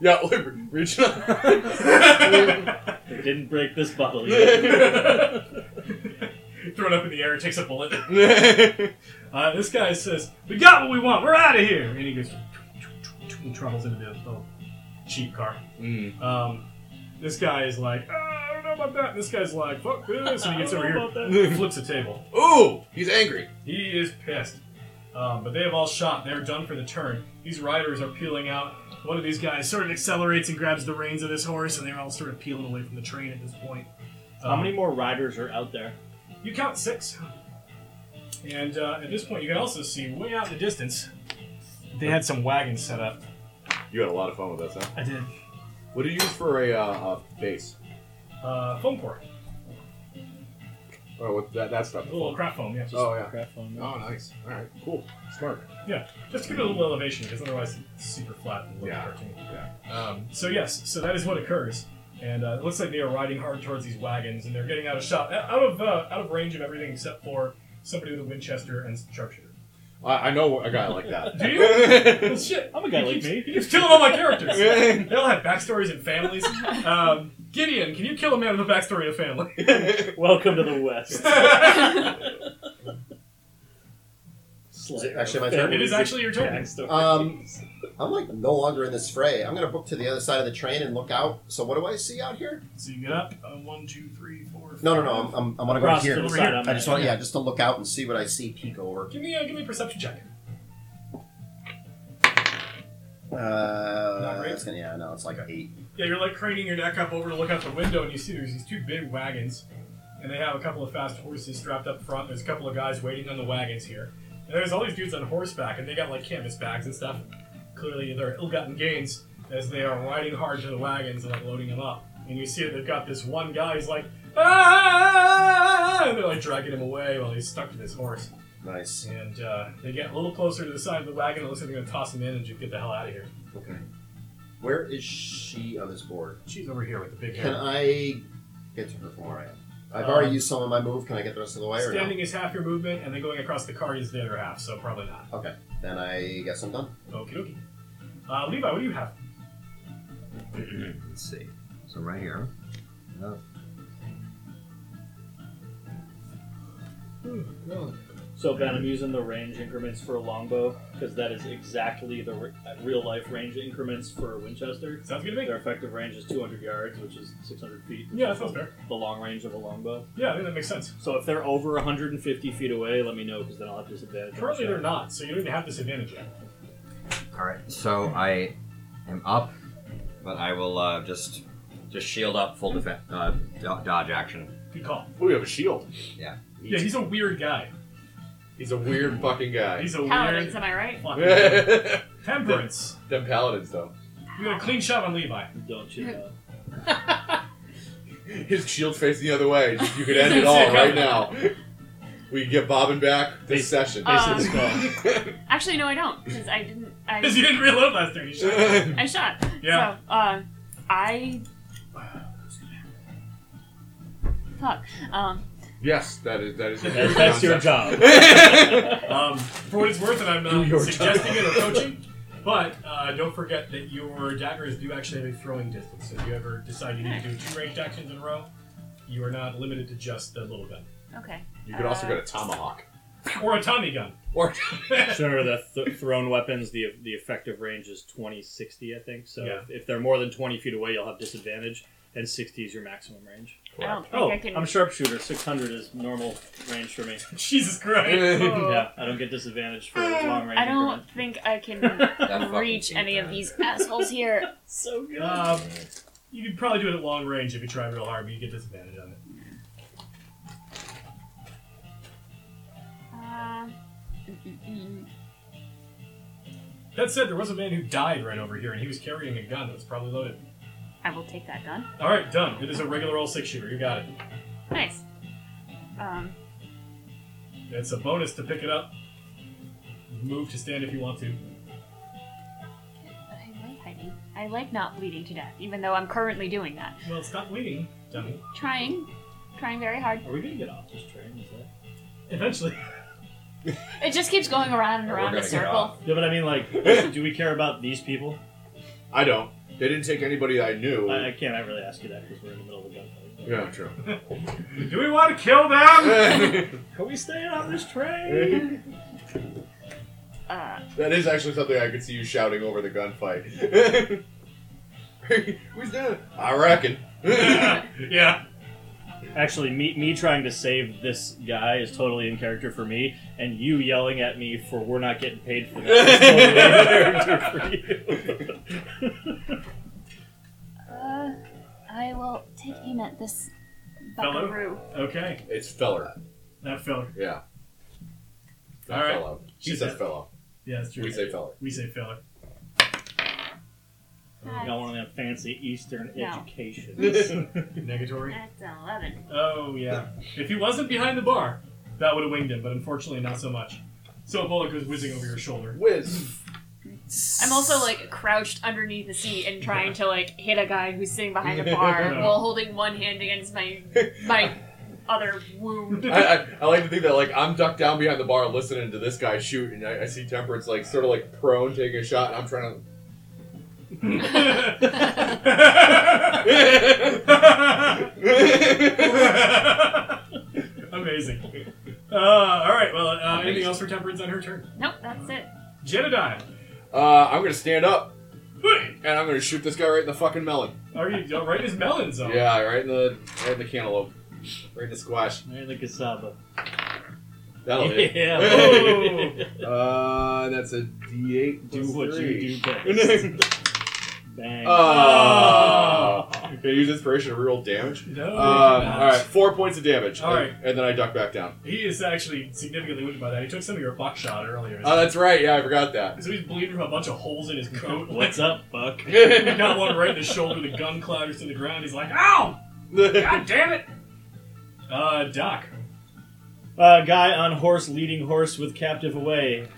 [SPEAKER 2] yeah, like, reach up.
[SPEAKER 4] They didn't break this bubble yet.
[SPEAKER 1] thrown up in the air, takes a bullet.
[SPEAKER 2] All
[SPEAKER 1] Uh, this guy says, "We got what we want. We're out of here." And he goes and trottles into the little cheap car.
[SPEAKER 2] Mm.
[SPEAKER 1] Um, this guy is like, "Ah, "I don't know about that." And this guy's like, "Fuck this!" And he gets
[SPEAKER 4] I
[SPEAKER 1] over
[SPEAKER 4] don't know
[SPEAKER 1] here,
[SPEAKER 4] about
[SPEAKER 1] and flips a table.
[SPEAKER 2] Ooh, he's angry.
[SPEAKER 1] He is pissed. Um, but they have all shot. They're done for the turn. These riders are peeling out. One of these guys sort of accelerates and grabs the reins of this horse, and they're all sort of peeling away from the train at this point.
[SPEAKER 4] How many more riders are out there?
[SPEAKER 1] You count six. And uh, at this point, you can also see way out in the distance, they had some wagons set up.
[SPEAKER 2] You had a lot of fun with us, huh?
[SPEAKER 7] I did.
[SPEAKER 2] What do you use for a, uh, a base?
[SPEAKER 1] Uh, foam core,
[SPEAKER 2] Oh, what, that, that stuff.
[SPEAKER 1] a little craft foam, yeah. Just,
[SPEAKER 2] Oh, yeah.
[SPEAKER 4] Craft foam.
[SPEAKER 2] Oh, nice. All right, cool. Smart.
[SPEAKER 1] yeah, just to give it a little elevation because otherwise it's super flat and looking
[SPEAKER 2] Yeah.
[SPEAKER 1] cartoon.
[SPEAKER 2] Yeah.
[SPEAKER 1] Um, so yes, so that is what occurs, and uh, it looks like they are riding hard towards these wagons, and they're getting out of shot, out of uh, out of range of everything except for somebody with a Winchester and sharpshooter.
[SPEAKER 2] I, I know a guy like that.
[SPEAKER 1] Do you? Shit,
[SPEAKER 4] I'm a guy
[SPEAKER 1] he
[SPEAKER 4] like
[SPEAKER 1] keeps,
[SPEAKER 4] me.
[SPEAKER 1] He keeps killing all my characters. they all have backstories and families. Um, Gideon, can you kill a man with a backstory and a family?
[SPEAKER 4] Welcome to the West.
[SPEAKER 6] Is it actually my turn?
[SPEAKER 1] it is actually your turn.
[SPEAKER 6] Um, I'm like no longer in this fray. I'm gonna book to the other side of the train and look out. So what do I see out here?
[SPEAKER 1] So you get up. Uh, one, two, three, four.
[SPEAKER 6] No, no, no. I'm, I'm, I'm gonna go
[SPEAKER 4] Across
[SPEAKER 6] here.
[SPEAKER 4] to the side, I'm
[SPEAKER 6] I just want, yeah, just to look out and see what I see peek over.
[SPEAKER 1] Give me a give me a perception check.
[SPEAKER 6] Uh,
[SPEAKER 1] great.
[SPEAKER 6] that's gonna- yeah, no, it's like eight.
[SPEAKER 1] Yeah, you're like craning your neck up over to look out the window, and you see there's these two big wagons, and they have a couple of fast horses strapped up front. There's a couple of guys waiting on the wagons here, and there's all these dudes on horseback, and they got like canvas bags and stuff. Clearly, they're ill-gotten gains as they are riding hard to the wagons and like loading them up. And you see that they've got this one guy who's like, ah! and they're like dragging him away while he's stuck to this horse.
[SPEAKER 6] Nice.
[SPEAKER 1] And uh, they get a little closer to the side of the wagon. It looks like they're gonna toss him in and just get the hell out of here.
[SPEAKER 6] Okay. Where is she on this board?
[SPEAKER 1] She's over here with the big hair.
[SPEAKER 6] Can I get to her from where I am? I've already used some of my move. Can I get the rest of the way or no?
[SPEAKER 1] Standing is half your movement, and then going across the card is the other half, so probably not.
[SPEAKER 6] Okay. Then I guess I'm done.
[SPEAKER 1] Okie dokie. Uh, Levi, what do you have?
[SPEAKER 5] Let's see. So right here. No.
[SPEAKER 4] So Ben, I'm using the range increments for a longbow because that is exactly the re- real life range increments for a Winchester.
[SPEAKER 1] Sounds good to me.
[SPEAKER 4] Their effective range is 200 yards, which is 600 feet. which
[SPEAKER 1] Yeah, that
[SPEAKER 4] is
[SPEAKER 1] sounds
[SPEAKER 4] the-
[SPEAKER 1] fair.
[SPEAKER 4] The long range of a longbow.
[SPEAKER 1] Yeah, I think that makes sense.
[SPEAKER 4] So if they're over 150 feet away, let me know because then I'll have disadvantage. on the
[SPEAKER 1] Currently,
[SPEAKER 4] shot.
[SPEAKER 1] they're not, so you don't even have disadvantage yet.
[SPEAKER 5] All right. So I am up, but I will uh, just just shield up, full defense, uh, do- dodge action.
[SPEAKER 1] Good call.
[SPEAKER 2] Oh, you have a shield.
[SPEAKER 5] Yeah.
[SPEAKER 1] Yeah, he's a weird guy.
[SPEAKER 2] He's a weird fucking guy.
[SPEAKER 1] He's a
[SPEAKER 3] Paladins,
[SPEAKER 1] weird
[SPEAKER 3] am I right?
[SPEAKER 1] fucking guy.
[SPEAKER 2] Them
[SPEAKER 1] Temperance.
[SPEAKER 2] paladins, though.
[SPEAKER 1] You got a clean shot on Levi.
[SPEAKER 4] Don't you uh, know?
[SPEAKER 2] His shield facing the other way. Just- You could end it all right now. We can get bobbing back this session.
[SPEAKER 3] Um, Actually, no, I don't, because I didn't.
[SPEAKER 1] Because
[SPEAKER 3] I,
[SPEAKER 1] you didn't reload last turn, you shot.
[SPEAKER 3] I shot.
[SPEAKER 1] Yeah.
[SPEAKER 3] So, uh, I. Fuck. Um,
[SPEAKER 2] yes, that is that is
[SPEAKER 4] That's, that's your job.
[SPEAKER 1] Um, for what it's worth, and I'm
[SPEAKER 2] Do
[SPEAKER 1] not
[SPEAKER 2] your
[SPEAKER 1] suggesting it or coaching, but uh, don't forget that your daggers do actually have a throwing distance. So if you ever decide you need to do two ranged actions in a row, you are not limited to just a little gun.
[SPEAKER 3] okay.
[SPEAKER 2] You could also get a tomahawk.
[SPEAKER 1] Or a Tommy gun.
[SPEAKER 2] Or
[SPEAKER 4] So remember the th- thrown weapons, the the effective range is 20, 60, I think. So
[SPEAKER 1] Yeah.
[SPEAKER 4] if, if they're more than 20 feet away, you'll have disadvantage, and 60 is your maximum range.
[SPEAKER 3] I don't think
[SPEAKER 4] Oh,
[SPEAKER 3] I can.
[SPEAKER 4] I'm sharpshooter. 600 is normal range for me.
[SPEAKER 1] Jesus Christ.
[SPEAKER 3] Oh.
[SPEAKER 4] Yeah, I don't get disadvantage for long range.
[SPEAKER 3] Uh, I don't
[SPEAKER 4] increments.
[SPEAKER 3] think I can
[SPEAKER 4] That
[SPEAKER 5] fucking
[SPEAKER 3] reach any of
[SPEAKER 5] thing.
[SPEAKER 3] these assholes here.
[SPEAKER 4] So good.
[SPEAKER 1] Um, you could probably do it at long range if you try real hard, but you get disadvantage on it.
[SPEAKER 3] Uh, mm, mm, mm.
[SPEAKER 1] That said, there was a man who died right over here, and he was carrying a gun that was probably loaded.
[SPEAKER 3] I will take that gun.
[SPEAKER 1] All right, done. It is a regular old six shooter. You got it.
[SPEAKER 3] Nice. Um,
[SPEAKER 1] It's a bonus to pick it up. Move to stand if you want to.
[SPEAKER 3] I like hiding. I like not bleeding to death, even though I'm currently doing that.
[SPEAKER 1] Well, stop bleeding, dummy.
[SPEAKER 3] Trying, trying very hard.
[SPEAKER 4] Are we gonna get off this train? Is that...
[SPEAKER 1] Eventually.
[SPEAKER 3] It just keeps going around and
[SPEAKER 5] We're
[SPEAKER 3] around in
[SPEAKER 5] gonna
[SPEAKER 3] a
[SPEAKER 5] get
[SPEAKER 3] circle.
[SPEAKER 5] off.
[SPEAKER 4] Yeah, but I mean, like, do we care about these people?
[SPEAKER 2] I don't. They didn't take anybody I knew.
[SPEAKER 4] I, I can't. I really ask you that because we're in the middle of a gunfight.
[SPEAKER 2] yeah, true.
[SPEAKER 1] Do we want to kill them?
[SPEAKER 2] that
[SPEAKER 4] Can we stay on this train?
[SPEAKER 3] Uh,
[SPEAKER 2] is actually something I could see you shouting over the gunfight. Who's that? I reckon.
[SPEAKER 1] yeah.
[SPEAKER 4] Actually, me me trying to save this guy is totally in character for me, and you yelling at me for we're not getting paid for this is totally in character for you.
[SPEAKER 8] Uh, I will take aim at this
[SPEAKER 1] Fellow?
[SPEAKER 8] buckaroo.
[SPEAKER 1] Okay.
[SPEAKER 2] it's Feller.
[SPEAKER 1] That filler.
[SPEAKER 2] Yeah. Not
[SPEAKER 1] All right.
[SPEAKER 2] fellow. She
[SPEAKER 1] She's
[SPEAKER 2] says
[SPEAKER 1] a-
[SPEAKER 2] fellow.
[SPEAKER 1] Yeah, that's true.
[SPEAKER 2] We say fellow.
[SPEAKER 1] We say filler.
[SPEAKER 4] You got one of them fancy Eastern
[SPEAKER 3] No.
[SPEAKER 4] educations.
[SPEAKER 1] Negatory.
[SPEAKER 3] That's an 11.
[SPEAKER 1] Oh yeah. If he wasn't behind the bar, that would have winged him, but unfortunately not so much. So a bullet goes whizzing over your shoulder.
[SPEAKER 2] Whiz.
[SPEAKER 3] I'm also like crouched underneath the seat and trying to like hit a guy who's sitting behind a bar while holding one hand against my my other wound.
[SPEAKER 2] I, I, I like to think that like I'm ducked down behind the bar listening to this guy shoot, and I, I see Temperance like sort of like prone taking a shot, and I'm trying to.
[SPEAKER 1] Amazing. Uh, all right. Well, uh, anything else for Temperance on her turn?
[SPEAKER 3] Nope, that's it.
[SPEAKER 1] Jedediah.
[SPEAKER 2] uh, I'm gonna stand up
[SPEAKER 1] Hey!
[SPEAKER 2] and I'm gonna shoot this guy right in the fucking melon.
[SPEAKER 1] Are you oh, right in his melon zone?
[SPEAKER 2] Yeah, right in the right in the cantaloupe, right in the squash.
[SPEAKER 4] Right, the cassava.
[SPEAKER 2] That'll hit.
[SPEAKER 4] Yeah.
[SPEAKER 1] Oh.
[SPEAKER 2] Uh, that's a D8.
[SPEAKER 4] do
[SPEAKER 2] plus
[SPEAKER 4] what
[SPEAKER 2] three. Uh,
[SPEAKER 4] you do best. Bang.
[SPEAKER 2] Oh. Can you use inspiration to reroll damage?
[SPEAKER 1] No.
[SPEAKER 2] Um,
[SPEAKER 1] you're not.
[SPEAKER 2] all right, four points of damage.
[SPEAKER 1] All right.
[SPEAKER 2] and, and then I duck back down.
[SPEAKER 1] He is actually significantly wounded by that. He took some of your buckshot earlier.
[SPEAKER 2] Oh, that's right. Yeah, I forgot that.
[SPEAKER 1] so he's bleeding from a bunch of holes in his coat.
[SPEAKER 4] What's up, Buck?
[SPEAKER 1] He got one right in his shoulder. The gun clatters to the ground. He's like, "Ow! God damn it!" Uh, Doc.
[SPEAKER 4] Uh, guy on horse leading horse with captive away.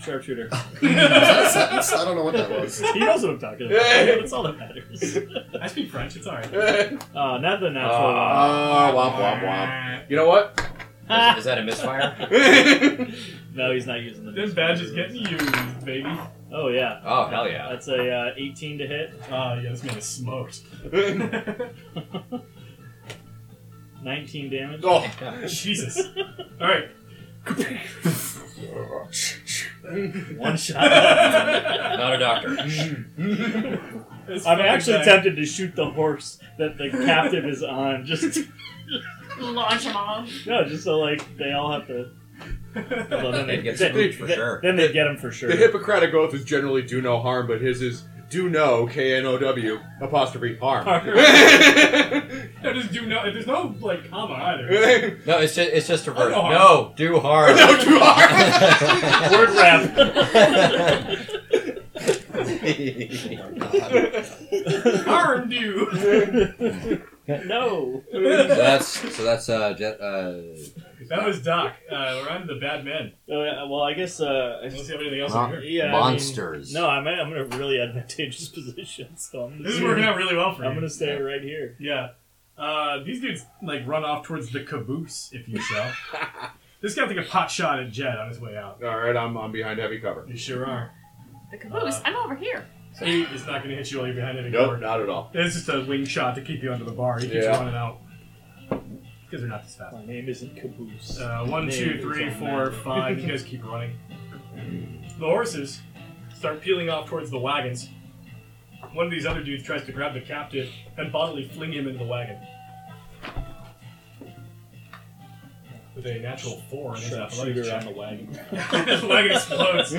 [SPEAKER 4] Sharpshooter.
[SPEAKER 6] That's- that's- I don't know what that was.
[SPEAKER 4] he knows what I'm talking about. That's all that matters.
[SPEAKER 1] I speak French. It's all right.
[SPEAKER 4] Uh, not the
[SPEAKER 2] Oh,
[SPEAKER 4] natural one.
[SPEAKER 2] womp womp womp. You know what?
[SPEAKER 5] Is, is that a misfire?
[SPEAKER 4] No, he's not using the.
[SPEAKER 1] This badge is getting used, baby.
[SPEAKER 4] Oh yeah,
[SPEAKER 5] Oh hell yeah!
[SPEAKER 4] that's a uh, 18 to hit,
[SPEAKER 1] Ah, yeah, this man is smoked.
[SPEAKER 4] 19 damage.
[SPEAKER 2] oh.
[SPEAKER 1] Jesus. All right.
[SPEAKER 4] One shot.
[SPEAKER 5] Not a doctor.
[SPEAKER 1] This
[SPEAKER 4] I'm
[SPEAKER 1] fucking
[SPEAKER 4] actually
[SPEAKER 1] guy-
[SPEAKER 4] tempted to shoot the horse that the captive is on, just
[SPEAKER 3] Launch him off.
[SPEAKER 4] no, just so like they all have to. Well, then
[SPEAKER 5] They'd get
[SPEAKER 4] then-
[SPEAKER 5] spooked for
[SPEAKER 4] then-
[SPEAKER 5] sure.
[SPEAKER 4] Then they get him for sure.
[SPEAKER 2] The Hippocratic Oath is generally do no harm, but his is do no K N O W apostrophe harm.
[SPEAKER 1] No, just do no. There's no like comma either.
[SPEAKER 2] no
[SPEAKER 5] No, it's just it's just a verb.
[SPEAKER 1] know harm.
[SPEAKER 5] No, do hard.
[SPEAKER 2] do harm.
[SPEAKER 4] Word wrap.
[SPEAKER 1] Harm you.
[SPEAKER 4] no.
[SPEAKER 5] so that's so that's uh, jet, uh
[SPEAKER 1] That was Doc. Uh, we're on to the bad men.
[SPEAKER 4] Oh, yeah, well, I guess. Uh, I
[SPEAKER 1] Unless
[SPEAKER 4] just,
[SPEAKER 1] you have anything else
[SPEAKER 5] Huh?
[SPEAKER 1] in here.
[SPEAKER 4] yeah. I mean-
[SPEAKER 5] monsters.
[SPEAKER 4] no, I'm, I'm in a really advantageous position, so I'm gonna.
[SPEAKER 1] This is working out really well for you.
[SPEAKER 4] I'm gonna stay right here.
[SPEAKER 1] Yeah. Uh, these dudes like run off towards the caboose, if you shall. this guy took a pot shot at Jed on his way out.
[SPEAKER 2] All right, I'm, I'm behind heavy cover.
[SPEAKER 1] You sure are.
[SPEAKER 3] The caboose. I'm over here.
[SPEAKER 1] He is not going to hit you while you're behind any
[SPEAKER 2] Nope,
[SPEAKER 1] guard.
[SPEAKER 2] not at all.
[SPEAKER 1] It's just a wing shot to keep you under the bar. He keeps
[SPEAKER 2] Yeah.
[SPEAKER 1] running out. Because they're not this fast.
[SPEAKER 4] My name isn't Caboose.
[SPEAKER 1] Uh, one,
[SPEAKER 4] My
[SPEAKER 1] two,
[SPEAKER 4] name
[SPEAKER 1] three,
[SPEAKER 4] is
[SPEAKER 1] four,
[SPEAKER 4] Amanda.
[SPEAKER 1] five. You guys keep running. The horses start peeling off towards the wagons. One of these other dudes tries to grab the captive and bodily fling him into the wagon. With a natural four in his athletics
[SPEAKER 4] Sharpshooter
[SPEAKER 1] check.
[SPEAKER 4] on the wagon.
[SPEAKER 1] the wagon explodes.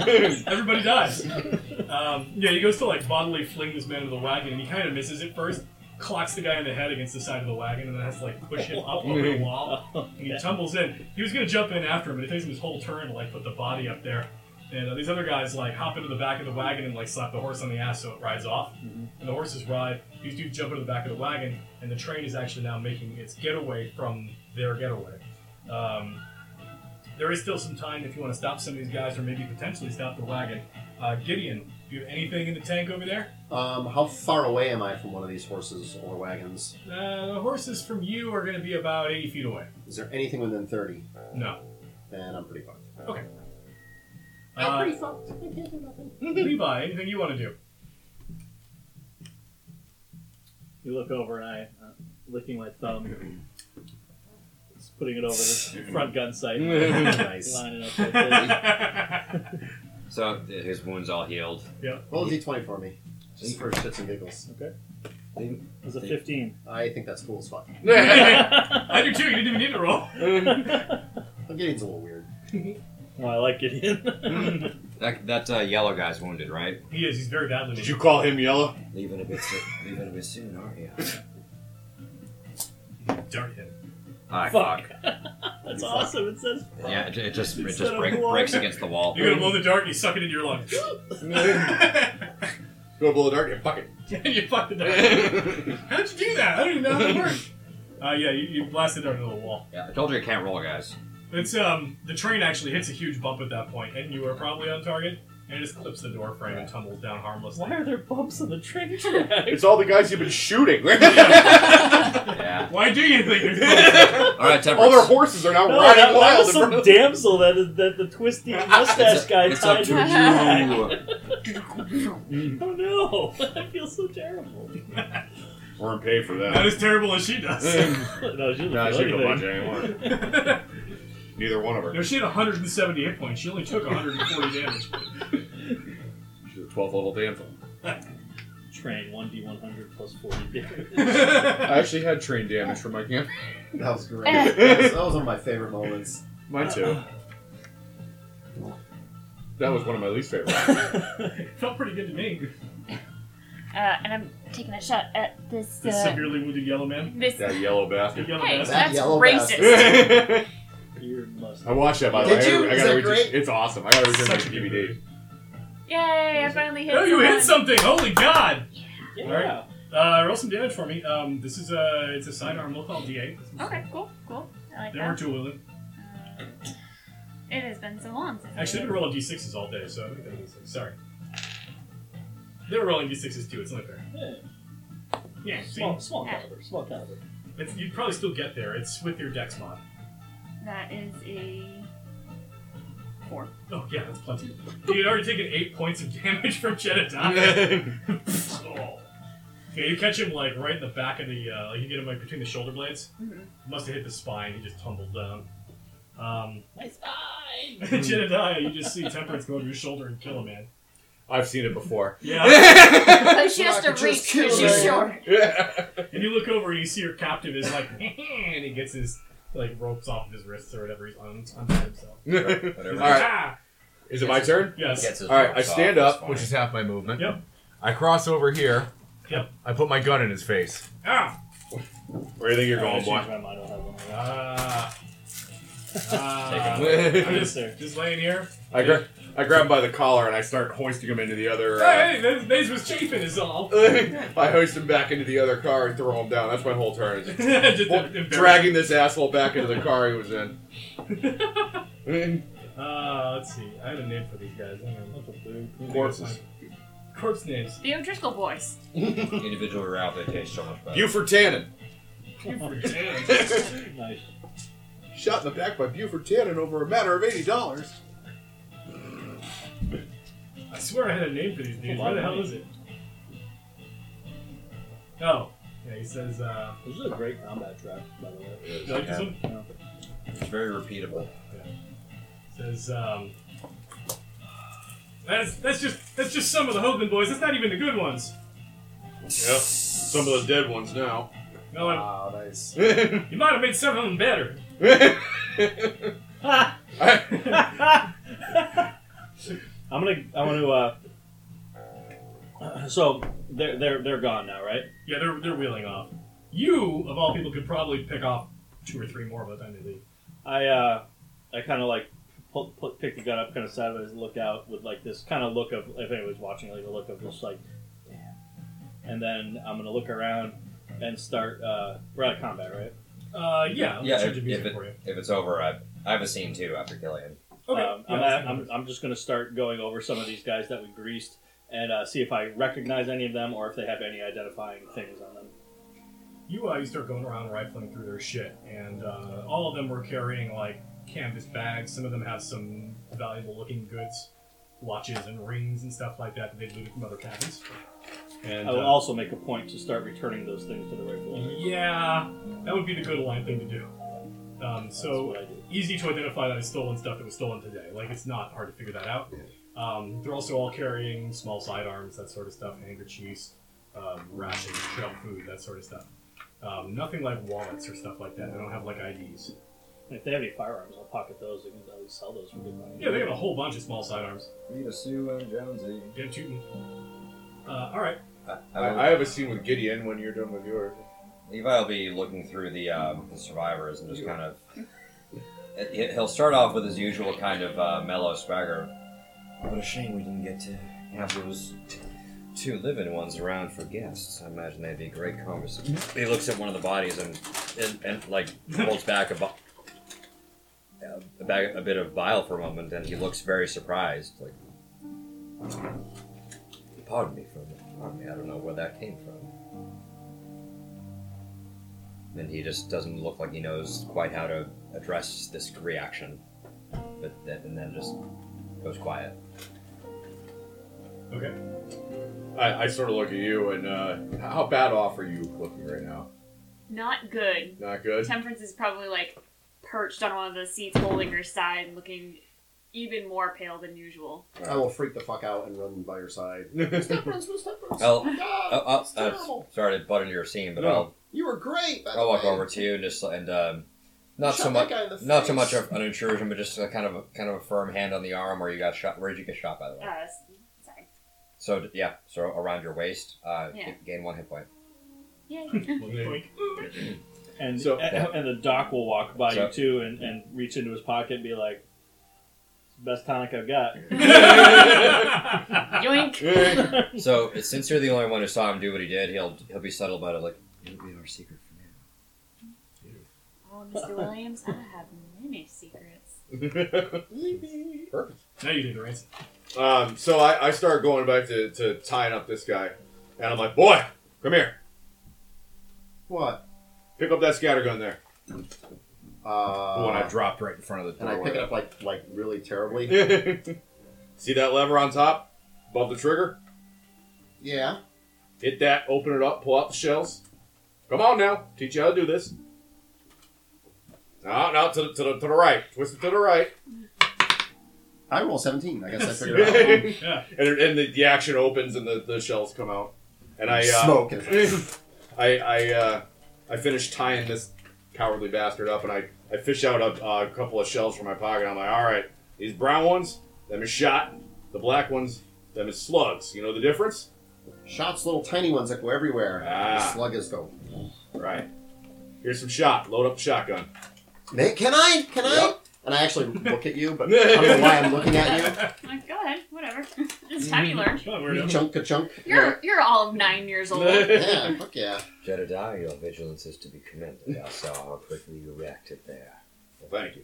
[SPEAKER 1] Everybody dies. Um, yeah, he goes to like bodily fling this man into the wagon, and he kind of misses it first. Clocks the guy in the head against the side of the wagon, and then has to like push him up over the wall. And he tumbles in. He was gonna jump in after him, but it takes him his whole turn to like put the body up there. And uh, these other guys like hop into the back of the wagon and like slap the horse on the ass so it rides off. And the horses ride. These dudes jump into the back of the wagon, and the train is actually now making its getaway from their getaway. Um, there is still some time if you want to stop some of these guys or maybe potentially stop the wagon. Uh, Gideon, do you have anything in the tank over there?
[SPEAKER 6] Um, how far away am I from one of these horses or wagons?
[SPEAKER 1] Uh, the horses from you are going to be about 80 feet away.
[SPEAKER 6] Is there anything within 30?
[SPEAKER 1] No.
[SPEAKER 6] Then I'm pretty fucked. Uh,
[SPEAKER 1] Okay.
[SPEAKER 6] I'm
[SPEAKER 1] Uh,
[SPEAKER 6] pretty fucked. I can't do nothing.
[SPEAKER 1] Levi, anything you want to do?
[SPEAKER 4] You look over and I, uh, licking my thumb, just putting it over the front gun sight.
[SPEAKER 6] Nice.
[SPEAKER 4] Lining up like this.
[SPEAKER 5] So his wounds all healed.
[SPEAKER 6] Roll a d20 for me. Just for shits and giggles.
[SPEAKER 4] It was a 15.
[SPEAKER 6] I think that's cool as fuck.
[SPEAKER 1] I do too, you didn't even need to roll.
[SPEAKER 6] I'm getting a little weird.
[SPEAKER 4] Oh, I like Gideon.
[SPEAKER 5] That that uh, yellow guy's wounded, right?
[SPEAKER 1] He is, he's very badly
[SPEAKER 2] Did you call him yellow?
[SPEAKER 5] Leaving a bit, so- leaving a bit soon, aren't you?
[SPEAKER 1] Dart him.
[SPEAKER 5] Ah,
[SPEAKER 4] Fuck. That's awesome. It says
[SPEAKER 5] Yeah, it, it just it
[SPEAKER 4] Instead
[SPEAKER 5] just
[SPEAKER 4] of
[SPEAKER 5] break,
[SPEAKER 4] water.
[SPEAKER 5] breaks against the wall.
[SPEAKER 1] You're gonna blow in the dark and you suck it into your lungs.
[SPEAKER 2] Go below the dark and fuck
[SPEAKER 1] you fuck the dark.
[SPEAKER 2] it.
[SPEAKER 1] How'd you do that? I don't even know how that worked. Uh, yeah, you, you blast the dart into the wall.
[SPEAKER 5] Yeah, I told you I can't roll, guys.
[SPEAKER 1] It's um the train actually hits a huge bump at that point, and you are probably on target, and it just clips the door frame and tumbles down harmlessly.
[SPEAKER 4] why are there bumps on the train track?
[SPEAKER 2] it's all the guys you've been shooting.
[SPEAKER 5] Yeah.
[SPEAKER 1] Why do you think there's bumps?
[SPEAKER 5] All right,
[SPEAKER 2] all their
[SPEAKER 5] temperance.
[SPEAKER 2] horses are now
[SPEAKER 4] No, that,
[SPEAKER 2] riding
[SPEAKER 4] that
[SPEAKER 2] wild.
[SPEAKER 4] was some damsel that is that the twisty mustache guy
[SPEAKER 5] it's
[SPEAKER 4] tied
[SPEAKER 5] up
[SPEAKER 4] to
[SPEAKER 5] to
[SPEAKER 4] her
[SPEAKER 5] you.
[SPEAKER 4] back. Oh no! I feel so terrible.
[SPEAKER 2] Weren't paid for
[SPEAKER 1] Not
[SPEAKER 2] that.
[SPEAKER 1] as terrible as she does.
[SPEAKER 4] No, she doesn't
[SPEAKER 2] Nah,
[SPEAKER 4] feel
[SPEAKER 2] she don't watch
[SPEAKER 4] anything.
[SPEAKER 2] it anymore.
[SPEAKER 1] no,
[SPEAKER 2] Neither one of her.
[SPEAKER 1] she had 170 hit points. She only took 140 damage.
[SPEAKER 2] She's a 12 level damsel.
[SPEAKER 4] Train one d one hundred plus forty.
[SPEAKER 2] I actually had train damage from my camp.
[SPEAKER 6] That was great.
[SPEAKER 3] Eh.
[SPEAKER 6] that, was, that was one of my favorite moments.
[SPEAKER 2] Mine too. That was one of my least favorite.
[SPEAKER 1] Felt pretty good to me.
[SPEAKER 8] Uh, and I'm taking a shot at this.
[SPEAKER 1] The
[SPEAKER 8] Uh,
[SPEAKER 1] severely wounded yellow man.
[SPEAKER 8] this.
[SPEAKER 2] That yellow
[SPEAKER 1] The
[SPEAKER 2] bastard.
[SPEAKER 1] yellow
[SPEAKER 3] Hey,
[SPEAKER 1] man.
[SPEAKER 6] That
[SPEAKER 3] that's
[SPEAKER 6] yellow
[SPEAKER 3] racist.
[SPEAKER 2] I
[SPEAKER 4] Your mustache.
[SPEAKER 2] watched that by the way.
[SPEAKER 6] Did you?
[SPEAKER 2] I
[SPEAKER 6] Is
[SPEAKER 2] gotta
[SPEAKER 6] that
[SPEAKER 2] return-
[SPEAKER 6] great?
[SPEAKER 2] It's awesome. I gotta return my
[SPEAKER 1] Such a good
[SPEAKER 2] DVD.
[SPEAKER 3] Yay! I finally hit.
[SPEAKER 1] Oh, you hit
[SPEAKER 3] someone.
[SPEAKER 1] something! Holy God!
[SPEAKER 4] Yeah.
[SPEAKER 1] Alright. Uh, roll some damage for me. Um, this is a it's a sidearm. We'll call it D8.
[SPEAKER 3] Okay, cool, cool. I like
[SPEAKER 1] There were
[SPEAKER 3] that.
[SPEAKER 1] two of them.
[SPEAKER 3] Uh, it has been so long since. I
[SPEAKER 1] Actually, I've been
[SPEAKER 3] did
[SPEAKER 1] rolling D6s all day, so I think that is sorry. They were rolling D6s too. It's not fair.
[SPEAKER 4] Yeah.
[SPEAKER 1] Yeah, see,
[SPEAKER 4] Small, small caliber. Small caliber.
[SPEAKER 1] it's, you'd probably still get there. It's with your Dex mod.
[SPEAKER 3] it. That is a four.
[SPEAKER 1] Oh yeah, that's plenty. You had already taken eight points of damage from Jedediah. oh. Yeah, you catch him like right in the back of the, uh, like you get him like between the shoulder blades.
[SPEAKER 4] Mm-hmm.
[SPEAKER 3] Mhm.
[SPEAKER 1] Must have hit the spine. He just tumbled down. Um,
[SPEAKER 4] My spine.
[SPEAKER 1] Jedediah, you just see Temperance go over your shoulder and kill a man.
[SPEAKER 2] I've seen it before.
[SPEAKER 1] Yeah.
[SPEAKER 3] But Oh, she has
[SPEAKER 6] I
[SPEAKER 3] to
[SPEAKER 6] could
[SPEAKER 3] reach
[SPEAKER 6] just kill
[SPEAKER 3] because she's
[SPEAKER 6] her.
[SPEAKER 3] short.
[SPEAKER 1] and you look over and you see your captive is like, and he gets his like ropes off of his wrists or whatever he's on, on himself. He's
[SPEAKER 5] Whatever.
[SPEAKER 1] like,
[SPEAKER 2] All right.
[SPEAKER 1] ah!
[SPEAKER 2] Is it my turn?
[SPEAKER 1] Yes.
[SPEAKER 5] Gets his
[SPEAKER 2] All right, I
[SPEAKER 5] rocks
[SPEAKER 2] stand
[SPEAKER 5] off, it's
[SPEAKER 2] up,
[SPEAKER 5] fine.
[SPEAKER 2] which is half my movement.
[SPEAKER 1] Yep.
[SPEAKER 2] I cross over here.
[SPEAKER 1] Yep.
[SPEAKER 2] I put my gun in his face.
[SPEAKER 1] Ah!
[SPEAKER 2] Where do you think you're
[SPEAKER 4] I
[SPEAKER 2] going,
[SPEAKER 4] changed
[SPEAKER 2] boy?
[SPEAKER 4] my mind. I'll have one.
[SPEAKER 1] Ah!
[SPEAKER 5] Take
[SPEAKER 1] Ah! I'm
[SPEAKER 2] I,
[SPEAKER 1] just, just laying here.
[SPEAKER 2] gra- I grab him by the collar and I start hoisting him into the other. Uh,
[SPEAKER 1] Hey, this, this was chafing is all.
[SPEAKER 2] I hoist him back into the other car and throw him down. That's my whole turn. Is
[SPEAKER 1] Just
[SPEAKER 2] well,
[SPEAKER 1] embarrassing.
[SPEAKER 2] dragging this asshole back into the car he was in.
[SPEAKER 1] Uh, let's see. I had a name for these guys. Hang on. Let me think of
[SPEAKER 2] Corpses.
[SPEAKER 1] mine. Corpse names.
[SPEAKER 3] The O'Driscoll voice.
[SPEAKER 5] Individual route, they taste so much better.
[SPEAKER 2] Buford Tannen.
[SPEAKER 1] Buford Tannen.
[SPEAKER 4] Nice.
[SPEAKER 2] Shot in the back by Buford Tannen over a matter of eighty dollars.
[SPEAKER 1] I swear I had a name for these dudes. Where
[SPEAKER 4] Hold on,
[SPEAKER 1] the hell
[SPEAKER 4] wait.
[SPEAKER 1] is it? Oh. Yeah, he says, uh,
[SPEAKER 4] This is a great combat track, by the way.
[SPEAKER 1] you like this one?
[SPEAKER 5] It's very repeatable.
[SPEAKER 1] Says, um, that's, that's just that's just some of the Hoagland boys. That's not even the good ones.
[SPEAKER 2] Yep. Some of the dead ones now.
[SPEAKER 1] No, I-
[SPEAKER 4] Ah.
[SPEAKER 6] Wow, nice.
[SPEAKER 1] you might have made some of them better.
[SPEAKER 4] I'm gonna. I want to. Uh, so they're they're they're gone now, right?
[SPEAKER 1] Yeah, they're they're wheeling off. You of all people could probably pick off two or three more by the time they leave.
[SPEAKER 4] I uh, I kind of like pull, pull, pick the gun up, kind of sideways, look out with like this kind of look of if anyone's watching, like a look of just like, damn. And then I'm gonna look around and start. Uh, we're out of combat, right?
[SPEAKER 1] Uh, yeah. I'll
[SPEAKER 5] Yeah,
[SPEAKER 1] change
[SPEAKER 5] if,
[SPEAKER 1] the
[SPEAKER 5] if
[SPEAKER 1] music
[SPEAKER 5] it,
[SPEAKER 1] for you.
[SPEAKER 5] if it's over, I, I have a scene too after killing him.
[SPEAKER 1] Okay.
[SPEAKER 4] Um,
[SPEAKER 1] yeah,
[SPEAKER 4] I'm,
[SPEAKER 1] that's
[SPEAKER 4] at,
[SPEAKER 1] fine.
[SPEAKER 4] I'm, I'm just going to start going over some of these guys that we greased and uh, see if I recognize any of them or if they have any identifying things on them.
[SPEAKER 1] you, uh, you start going around rifling through their shit, and uh, all of them were carrying like canvas bags. Some of them have some valuable looking goods, watches and rings and stuff like that that they looted from other cabins. And
[SPEAKER 4] I will
[SPEAKER 1] uh,
[SPEAKER 4] also make a point to start returning those things to the rightful
[SPEAKER 1] Mm-hmm.
[SPEAKER 4] owners.
[SPEAKER 1] yeah, that would be the good line thing to do. Um, so
[SPEAKER 4] That's what I do.
[SPEAKER 1] easy to identify that it's stolen stuff that was stolen today. Like it's not hard to figure that out. Um, they're also all carrying small sidearms, that sort of stuff, handkerchiefs, um, rations, trail food, that sort of stuff. Um, nothing like wallets or stuff like that. They don't have like IDs.
[SPEAKER 4] And if they have any firearms, I'll pocket those. They can at least sell those for good money.
[SPEAKER 1] Yeah, they have a whole bunch of small sidearms.
[SPEAKER 5] Rita Sue and Jonesy.
[SPEAKER 1] Get tootin'. Uh, all right.
[SPEAKER 5] I, I will-
[SPEAKER 2] I, I have a scene with Gideon when you're done with yours.
[SPEAKER 5] Levi will be looking through the, um, the survivors and just kind of he- he'll start off with his usual kind of uh, mellow swagger. What a shame we didn't get to have those two living ones around for guests. I imagine that'd be a great conversation.
[SPEAKER 2] Mm-hmm.
[SPEAKER 5] He looks at one of the bodies and and, and like holds back a, bo- a, bag, a bit of bile for a moment, and he looks very surprised. Like, pardon me for a moment. Pardon me. I don't know where that came from. And he just doesn't look like he knows quite how to address this reaction. But then, and then just goes quiet.
[SPEAKER 1] Okay.
[SPEAKER 2] I, I sort of look at you and uh, how bad off are you looking right now?
[SPEAKER 3] Not good.
[SPEAKER 2] Not good.
[SPEAKER 3] Temperance is probably like perched on one of the seats, holding her side, looking even more pale than usual.
[SPEAKER 6] I will freak the fuck out and run by your side. Temperance, Miss Temperance.
[SPEAKER 5] I'll,
[SPEAKER 6] God,
[SPEAKER 5] I'll, I'll,
[SPEAKER 6] it's
[SPEAKER 5] I'll
[SPEAKER 6] terrible.
[SPEAKER 5] oh, uh, sorry to butt into your scene, but
[SPEAKER 2] No.
[SPEAKER 5] I'll,
[SPEAKER 6] You were great. by the
[SPEAKER 5] I'll walk
[SPEAKER 6] way.
[SPEAKER 5] over to you and just and um, not
[SPEAKER 6] Shot
[SPEAKER 5] so
[SPEAKER 6] that
[SPEAKER 5] much
[SPEAKER 6] guy in the
[SPEAKER 5] not so
[SPEAKER 6] face.
[SPEAKER 5] much of an intrusion, but just a kind of a, kind of a firm hand on the arm where you got shot. Where did you get shot by the way?
[SPEAKER 3] Uh, s- sorry.
[SPEAKER 5] So d- yeah, so around your waist, uh,
[SPEAKER 3] Yeah.
[SPEAKER 5] g- gain one hit point.
[SPEAKER 3] Yay.
[SPEAKER 1] Boink.
[SPEAKER 4] And
[SPEAKER 2] So-
[SPEAKER 4] and, and the doc will walk by
[SPEAKER 5] So-
[SPEAKER 4] you too, and, and reach into his pocket and be like, "It's the "Best tonic I've got."
[SPEAKER 3] Yoink.
[SPEAKER 5] So since you're the only one who saw him do what he did, he'll he'll be subtle about it. Like it'll be our secret for now.
[SPEAKER 3] Oh, Mr. Williams, I have many secrets.
[SPEAKER 2] Perfect.
[SPEAKER 1] Now you did the ransom.
[SPEAKER 2] Um, so I, I start going back to, to tying up this guy, and I'm like, boy, come here,
[SPEAKER 6] What?
[SPEAKER 2] pick up that scatter gun there.
[SPEAKER 6] Uh,
[SPEAKER 2] the one I dropped right in front of the
[SPEAKER 6] and
[SPEAKER 2] door.
[SPEAKER 6] I pick it up like like really terribly.
[SPEAKER 2] up. See that lever on top, above the trigger?
[SPEAKER 6] yeah.
[SPEAKER 2] Hit that, open it up, pull out the shells. Come on now, teach you how to do this. No, no, to the, to the, to the right, twist it to the right.
[SPEAKER 6] I roll seventeen. I guess I figured it out.
[SPEAKER 2] and and the, the action opens and the, the shells come out. And I uh,
[SPEAKER 6] Smoke is-
[SPEAKER 2] I I uh, I finish tying this cowardly bastard up, and I I fish out a, a couple of shells from my pocket. I'm like, all right, these brown ones, them is shot. The black ones, them is slugs. You know the difference?
[SPEAKER 6] Shots, little tiny ones that go everywhere.
[SPEAKER 2] Ah.
[SPEAKER 6] The sluggers go.
[SPEAKER 2] Right. Here's some shot. Load up the shotgun.
[SPEAKER 6] May, can I? Can I?
[SPEAKER 2] Yep.
[SPEAKER 6] And I actually look at you, but I don't know why I'm looking at
[SPEAKER 3] I'm like, go ahead, whatever. it's time you learned.
[SPEAKER 1] Come on,
[SPEAKER 6] you.
[SPEAKER 1] weirdo.
[SPEAKER 6] Chunk a chunk.
[SPEAKER 3] You're you're all of nine years old.
[SPEAKER 6] Yeah, fuck yeah.
[SPEAKER 5] Jedediah, your vigilance is to be commended. I saw how quickly you reacted there.
[SPEAKER 2] Thank you.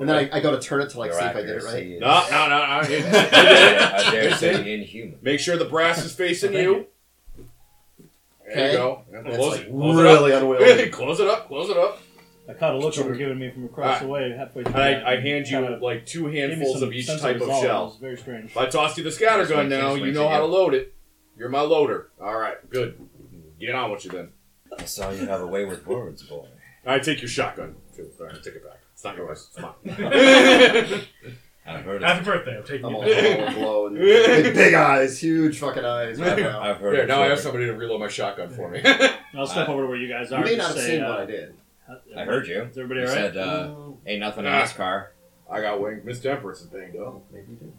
[SPEAKER 6] And then I, I go to turn it to like
[SPEAKER 5] Your
[SPEAKER 6] see if I did it right.
[SPEAKER 5] accuracy is-
[SPEAKER 2] No, no, no,
[SPEAKER 5] I
[SPEAKER 2] no.
[SPEAKER 5] dare- I dare say inhuman.
[SPEAKER 2] Make sure the brass is facing you. There
[SPEAKER 6] Okay.
[SPEAKER 2] you go.
[SPEAKER 6] That's
[SPEAKER 2] Close
[SPEAKER 6] like
[SPEAKER 2] it. Close
[SPEAKER 6] really
[SPEAKER 2] it
[SPEAKER 6] unwieldy.
[SPEAKER 2] up. close it up. Close it up.
[SPEAKER 4] I caught a look you were giving me from across the way halfway through.
[SPEAKER 2] Ah. And
[SPEAKER 4] that,
[SPEAKER 2] I, I
[SPEAKER 4] and
[SPEAKER 2] hand you
[SPEAKER 4] kinda
[SPEAKER 2] like two
[SPEAKER 4] gave me
[SPEAKER 2] handfuls
[SPEAKER 4] some
[SPEAKER 2] of each
[SPEAKER 4] sense
[SPEAKER 2] type of
[SPEAKER 4] resolve. It
[SPEAKER 2] shell.
[SPEAKER 4] was very strange.
[SPEAKER 2] If I toss you the scatter
[SPEAKER 5] Yes,
[SPEAKER 2] gun
[SPEAKER 5] wait,
[SPEAKER 2] now,
[SPEAKER 5] yes,
[SPEAKER 2] you
[SPEAKER 5] wait,
[SPEAKER 2] know
[SPEAKER 5] yeah.
[SPEAKER 2] how to load it. You're my loader. All right, good. Get on with you then.
[SPEAKER 5] I saw you have a way with words, boy.
[SPEAKER 2] All right, take your shotgun. Too. All right, take it back. It's not yours. It's mine.
[SPEAKER 5] I've heard it.
[SPEAKER 1] Happy birthday. I'm taking
[SPEAKER 6] I'm all
[SPEAKER 1] you back.
[SPEAKER 6] hollow and glow and big, big eyes, huge fucking eyes. Right now.
[SPEAKER 5] I've heard
[SPEAKER 2] There,
[SPEAKER 5] it.
[SPEAKER 2] now I have somebody to reload my shotgun for me.
[SPEAKER 4] I'll step over to where you guys are.
[SPEAKER 6] You may
[SPEAKER 4] and
[SPEAKER 6] not
[SPEAKER 4] just
[SPEAKER 6] have
[SPEAKER 4] say,
[SPEAKER 6] seen
[SPEAKER 4] uh,
[SPEAKER 6] what I did. Oh,
[SPEAKER 5] I heard you.
[SPEAKER 4] Is everybody
[SPEAKER 5] You
[SPEAKER 4] all right?
[SPEAKER 5] said, uh, ain't nothing in
[SPEAKER 2] Ah.
[SPEAKER 5] this car.
[SPEAKER 2] I got winged. Miss Temperance is banged up.
[SPEAKER 6] Oh, maybe you did.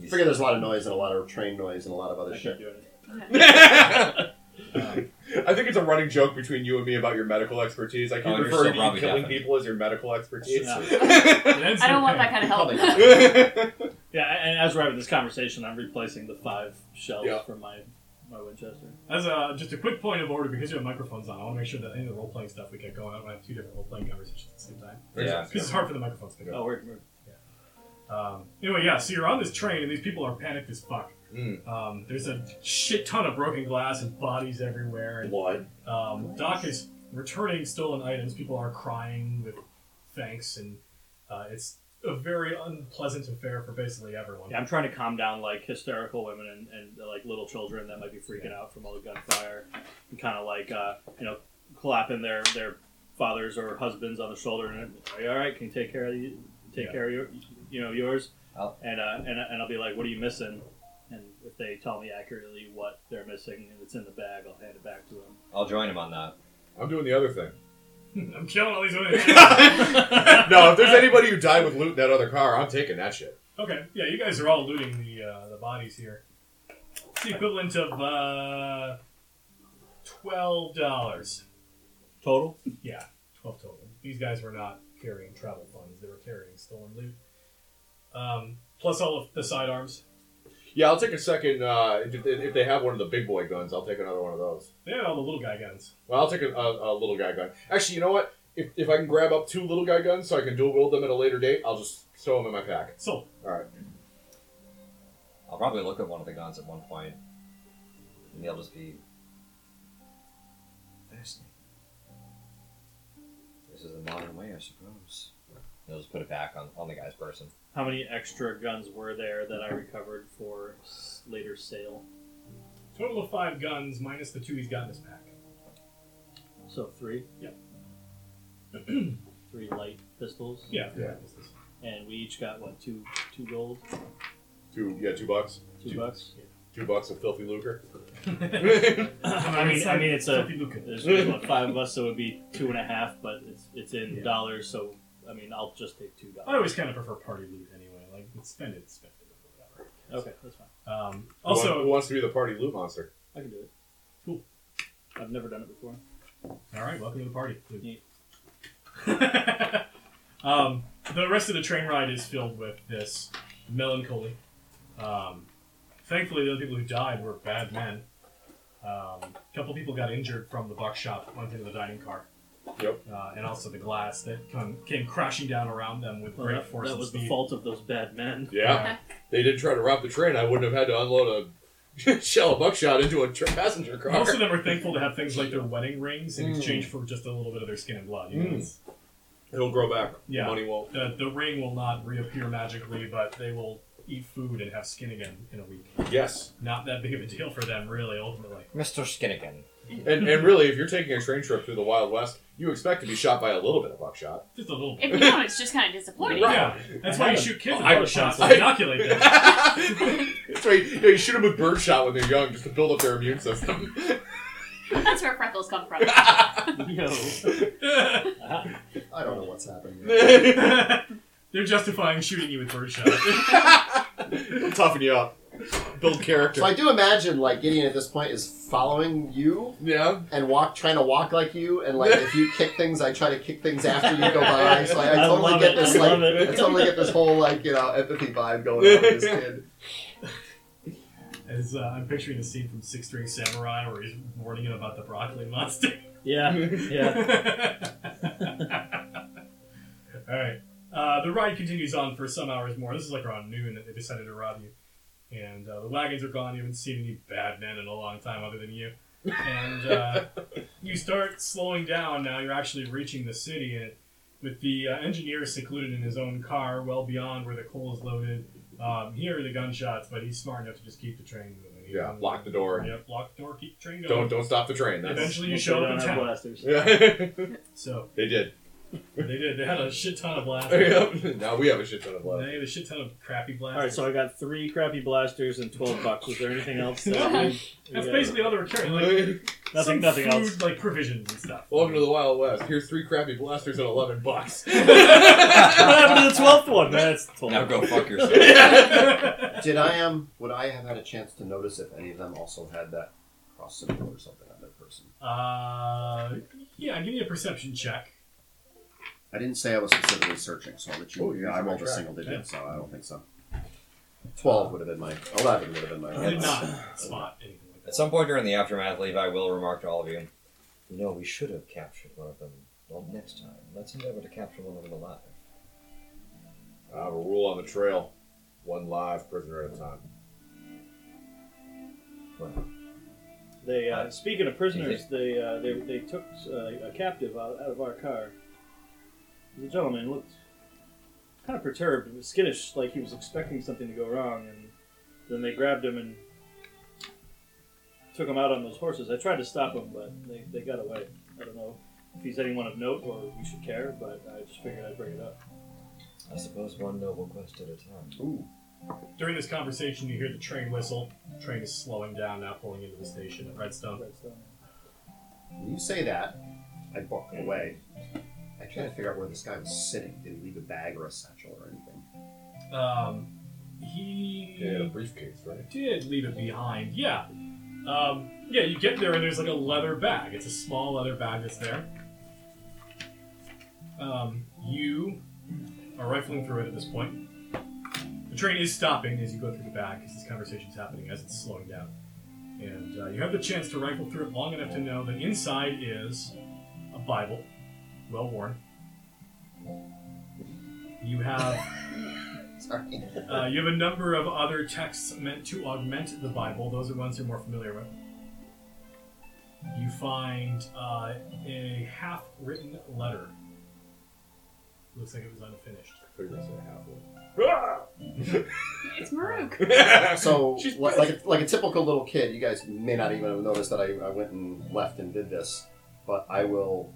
[SPEAKER 5] You
[SPEAKER 6] Forget there's a lot of noise and a lot of train noise and a lot of other
[SPEAKER 4] I
[SPEAKER 6] shit.
[SPEAKER 4] can't do anything.
[SPEAKER 2] I think it's a running joke between you and me about your medical expertise. I keep
[SPEAKER 5] Oh, you're still
[SPEAKER 2] referring to you
[SPEAKER 5] probably
[SPEAKER 2] killing
[SPEAKER 5] deaf.
[SPEAKER 2] people as your medical expertise.
[SPEAKER 1] I
[SPEAKER 3] I don't want that kind of help.
[SPEAKER 6] Probably not.
[SPEAKER 4] Yeah, and as we're having this conversation, I'm replacing the five shells
[SPEAKER 2] Yeah.
[SPEAKER 4] from my my Winchester.
[SPEAKER 1] As a, just a quick point of order, because your microphone's on, I want to make sure that any of the role playing stuff we get going, I don't have two different role playing conversations at the same time.
[SPEAKER 5] Yeah.
[SPEAKER 1] Because it's hard for the microphones to go.
[SPEAKER 4] Oh, we're, we're
[SPEAKER 1] Um, anyway, yeah, so you're on this train, and these people are panicked as fuck.
[SPEAKER 2] Mm.
[SPEAKER 1] Um, there's a shit ton of broken glass and bodies everywhere. And,
[SPEAKER 2] Blood.
[SPEAKER 1] um, Doc is returning stolen items. People are crying with thanks, and uh, it's a very unpleasant affair for basically everyone.
[SPEAKER 4] Yeah, I'm trying to calm down like hysterical women and, and uh, like little children that might be freaking out from all the gunfire, and kind of like uh, you know clapping their their fathers or husbands on the shoulder and are you all right? Can you take care of you? Take
[SPEAKER 1] Yeah.
[SPEAKER 4] care of your you know yours?
[SPEAKER 5] I'll-
[SPEAKER 4] And uh, and and I'll be like, what are you missing? And if they tell me accurately what they're missing and it's in the bag, I'll hand it back to them.
[SPEAKER 5] I'll join him on that.
[SPEAKER 2] I'm doing the other thing.
[SPEAKER 1] I'm killing all these women.
[SPEAKER 2] no, if there's anybody who died with loot in that other car, I'm taking that shit.
[SPEAKER 1] Okay, yeah, you guys are all looting the uh, the bodies here. It's the equivalent of uh, twelve dollars.
[SPEAKER 4] Total.
[SPEAKER 1] Yeah, twelve total. These guys were not carrying travel funds. They were carrying stolen loot. Um, plus all of the sidearms.
[SPEAKER 2] Yeah, I'll take a second. Uh, if, they, if they have one of the big boy guns, I'll take another one of those.
[SPEAKER 1] They had all the little guy guns.
[SPEAKER 2] Well, I'll take a, a, a little guy gun. Actually, you know what? If, if I can grab up two little guy guns so I can dual wield them at a later date, I'll just stow them in my pack.
[SPEAKER 1] So,
[SPEAKER 2] All right.
[SPEAKER 5] I'll probably look at one of the guns at one point, and they'll just be fascinating. This is the modern way, I suppose. They'll just put it back on, on the guy's person.
[SPEAKER 4] How many extra guns were there that I recovered for s- later sale?
[SPEAKER 1] total of five guns minus the two he's got in his pack.
[SPEAKER 4] So three.
[SPEAKER 1] Yep.
[SPEAKER 4] three light pistols.
[SPEAKER 1] Yeah.
[SPEAKER 2] Yeah.
[SPEAKER 4] And we each got what two two gold,
[SPEAKER 2] Two, yeah, two bucks.
[SPEAKER 4] two, bucks.
[SPEAKER 2] Two bucks of filthy lucre.
[SPEAKER 4] I mean, I mean, it's a
[SPEAKER 1] Filthy Lucan.
[SPEAKER 4] there's what, five of us, so it would be two and a half, but it's it's in
[SPEAKER 1] Yeah.
[SPEAKER 4] dollars. So I mean, I'll just take two
[SPEAKER 1] I
[SPEAKER 4] dollars.
[SPEAKER 1] always kind of prefer party loot anyway. Like, spend it, spend it, or whatever.
[SPEAKER 4] Okay, that's fine.
[SPEAKER 1] Um,
[SPEAKER 2] who wants,
[SPEAKER 1] also,
[SPEAKER 2] who wants to be the party loot monster?
[SPEAKER 4] I can do it.
[SPEAKER 1] Cool.
[SPEAKER 4] I've never done it before.
[SPEAKER 1] all right, welcome to the party. Luke.
[SPEAKER 4] Neat.
[SPEAKER 1] um, the rest of the train ride is filled with this melancholy. Um, thankfully, the other people who died were bad men. Um, a couple people got injured from the buckshot went into the dining car,
[SPEAKER 2] Yep.
[SPEAKER 1] uh, and also the glass that come, came crashing down around them with
[SPEAKER 4] Well,
[SPEAKER 1] great
[SPEAKER 4] that,
[SPEAKER 1] force.
[SPEAKER 4] that
[SPEAKER 1] and
[SPEAKER 4] was
[SPEAKER 1] speed.
[SPEAKER 4] the fault of those bad men.
[SPEAKER 2] Yeah. they did try to rob the train. I wouldn't have had to unload a shell of buckshot into a tr passenger car.
[SPEAKER 1] Most of them are thankful to have things like their wedding rings in exchange for just a little bit of their skin and blood. You know,
[SPEAKER 2] Mm.
[SPEAKER 1] it's-
[SPEAKER 2] It'll grow back.
[SPEAKER 1] Yeah.
[SPEAKER 2] Money won't.
[SPEAKER 1] the, the ring will not reappear magically, but they will eat food and have skin again in a week.
[SPEAKER 2] Yes.
[SPEAKER 1] Not that big of a deal for them, really, ultimately.
[SPEAKER 5] Mr. Skinnigan.
[SPEAKER 2] And, and really, if you're taking a train trip through the Wild West, you expect to be shot by a little bit of buckshot.
[SPEAKER 1] Just a little
[SPEAKER 3] If you don't, it's just kind of disappointing.
[SPEAKER 2] Right.
[SPEAKER 1] Yeah, that's why you shoot kids with
[SPEAKER 2] I-
[SPEAKER 1] buckshot, so
[SPEAKER 2] I-
[SPEAKER 1] inoculate them.
[SPEAKER 2] That's right. You, know, you shoot them with birdshot when they're young, just to build up their immune system.
[SPEAKER 3] That's where freckles come from.
[SPEAKER 4] Yo.
[SPEAKER 6] I don't know what's happening.
[SPEAKER 1] They're justifying shooting you with birdshot.
[SPEAKER 2] Toughen you up. Build character.
[SPEAKER 6] So I do imagine like Gideon at this point is following you
[SPEAKER 2] yeah.
[SPEAKER 6] and walk, trying to walk like you, and like if you kick things, I try to kick things after you go by. So I, I
[SPEAKER 4] I
[SPEAKER 6] totally
[SPEAKER 4] love
[SPEAKER 6] get
[SPEAKER 4] it,
[SPEAKER 6] this
[SPEAKER 4] I
[SPEAKER 6] like,
[SPEAKER 4] love it.
[SPEAKER 6] I totally get this whole like you know empathy vibe going on with this kid.
[SPEAKER 1] As uh, I'm picturing the scene from Six String Samurai where he's warning him about the broccoli monster.
[SPEAKER 4] Yeah, yeah.
[SPEAKER 1] All right. Uh, the ride continues on for some hours more. This is like around noon that they decided to rob you, and uh, the wagons are gone. You haven't seen any bad men in a long time, other than you. And uh, you start slowing down now. You're actually reaching the city, and with the uh, engineer secluded in his own car, well beyond where the coal is loaded. Um, here are the gunshots, but he's smart enough to just keep the train moving. He
[SPEAKER 2] Yeah.
[SPEAKER 1] doesn't-
[SPEAKER 2] Lock the door.
[SPEAKER 1] Yep, lock the door. Keep the train
[SPEAKER 2] Don't
[SPEAKER 1] going.
[SPEAKER 2] don't stop the train. That's.
[SPEAKER 1] Eventually, you show up in
[SPEAKER 4] Don't have
[SPEAKER 1] town.
[SPEAKER 4] blasters.
[SPEAKER 2] Yeah.
[SPEAKER 1] So
[SPEAKER 2] they did.
[SPEAKER 1] they did. They had a shit ton of blasts.
[SPEAKER 2] Yep. Now we have a shit ton of blood.
[SPEAKER 1] They had a shit ton of crappy blasts.
[SPEAKER 4] All right, so I got three crappy blasters and twelve bucks. Was there anything else? That
[SPEAKER 1] No.
[SPEAKER 4] we, we
[SPEAKER 1] That's
[SPEAKER 4] got?
[SPEAKER 1] basically all they were carrying. Like
[SPEAKER 4] Nothing-
[SPEAKER 1] some
[SPEAKER 4] nothing
[SPEAKER 1] food,
[SPEAKER 4] else.
[SPEAKER 1] like provisions and stuff.
[SPEAKER 2] Welcome to the Wild West. Here's three crappy blasters at eleven bucks.
[SPEAKER 4] what happened to the twelfth one? That's twelve.
[SPEAKER 5] Now go fuck yourself.
[SPEAKER 6] Did I um would I have had a chance to notice if any of them also had that cross symbol or something on their person?
[SPEAKER 1] uh, yeah, give me a perception check.
[SPEAKER 6] I didn't say I was specifically searching, so I'll let you.
[SPEAKER 2] Oh, you're
[SPEAKER 6] yeah, I
[SPEAKER 2] using my
[SPEAKER 6] rolled a
[SPEAKER 2] track.
[SPEAKER 6] single digit,
[SPEAKER 1] Yeah.
[SPEAKER 6] so I don't think so. Twelve would have been my. Eleven would have been my.
[SPEAKER 1] I did not spot anything like
[SPEAKER 5] At
[SPEAKER 1] that.
[SPEAKER 5] some point during the aftermath, Levi will remark to all of you, you know, we should have captured one of them. Well, next time, let's endeavor to capture one of them alive.
[SPEAKER 2] I have a rule on the trail: one live prisoner at a time.
[SPEAKER 5] Well,
[SPEAKER 4] They uh, speaking of prisoners, they uh, they, they took uh, a captive out, out of our car. The gentleman looked kind of perturbed, and was skittish, like he was expecting something to go wrong, and then they grabbed him and took him out on those horses. I tried to stop him, but they, they got away. I don't know if he's anyone of note or we should care, but I just figured I'd bring it up.
[SPEAKER 5] I suppose one noble quest at a time.
[SPEAKER 6] Ooh,
[SPEAKER 1] During this conversation, you hear the train whistle. The train is slowing down now, pulling into the station at Redstone.
[SPEAKER 4] That's, um,
[SPEAKER 6] when you say that, I walk away. I try to figure out where this guy was sitting. Did he leave a bag or a satchel or anything?
[SPEAKER 1] Um, he
[SPEAKER 2] Yeah, briefcase, right?
[SPEAKER 1] did leave it behind. Yeah. Um, yeah, you get there and there's like a leather bag. It's a small leather bag that's there. Um, you are rifling through it at this point. The train is stopping as you go through the back, as this conversation's happening, as it's slowing down. And uh, you have the chance to rifle through it long enough to know that inside is a Bible, well worn. You have
[SPEAKER 6] Sorry.
[SPEAKER 1] uh, you have a number of other texts meant to augment the Bible. Those are ones you're more familiar with. You find uh, a half-written letter. Looks like it was unfinished.
[SPEAKER 3] It's Maruk.
[SPEAKER 2] Ah!
[SPEAKER 6] So,
[SPEAKER 1] She's
[SPEAKER 6] like, like, a, like a typical little kid, you guys may not even have noticed that I, I went and left and did this, but I will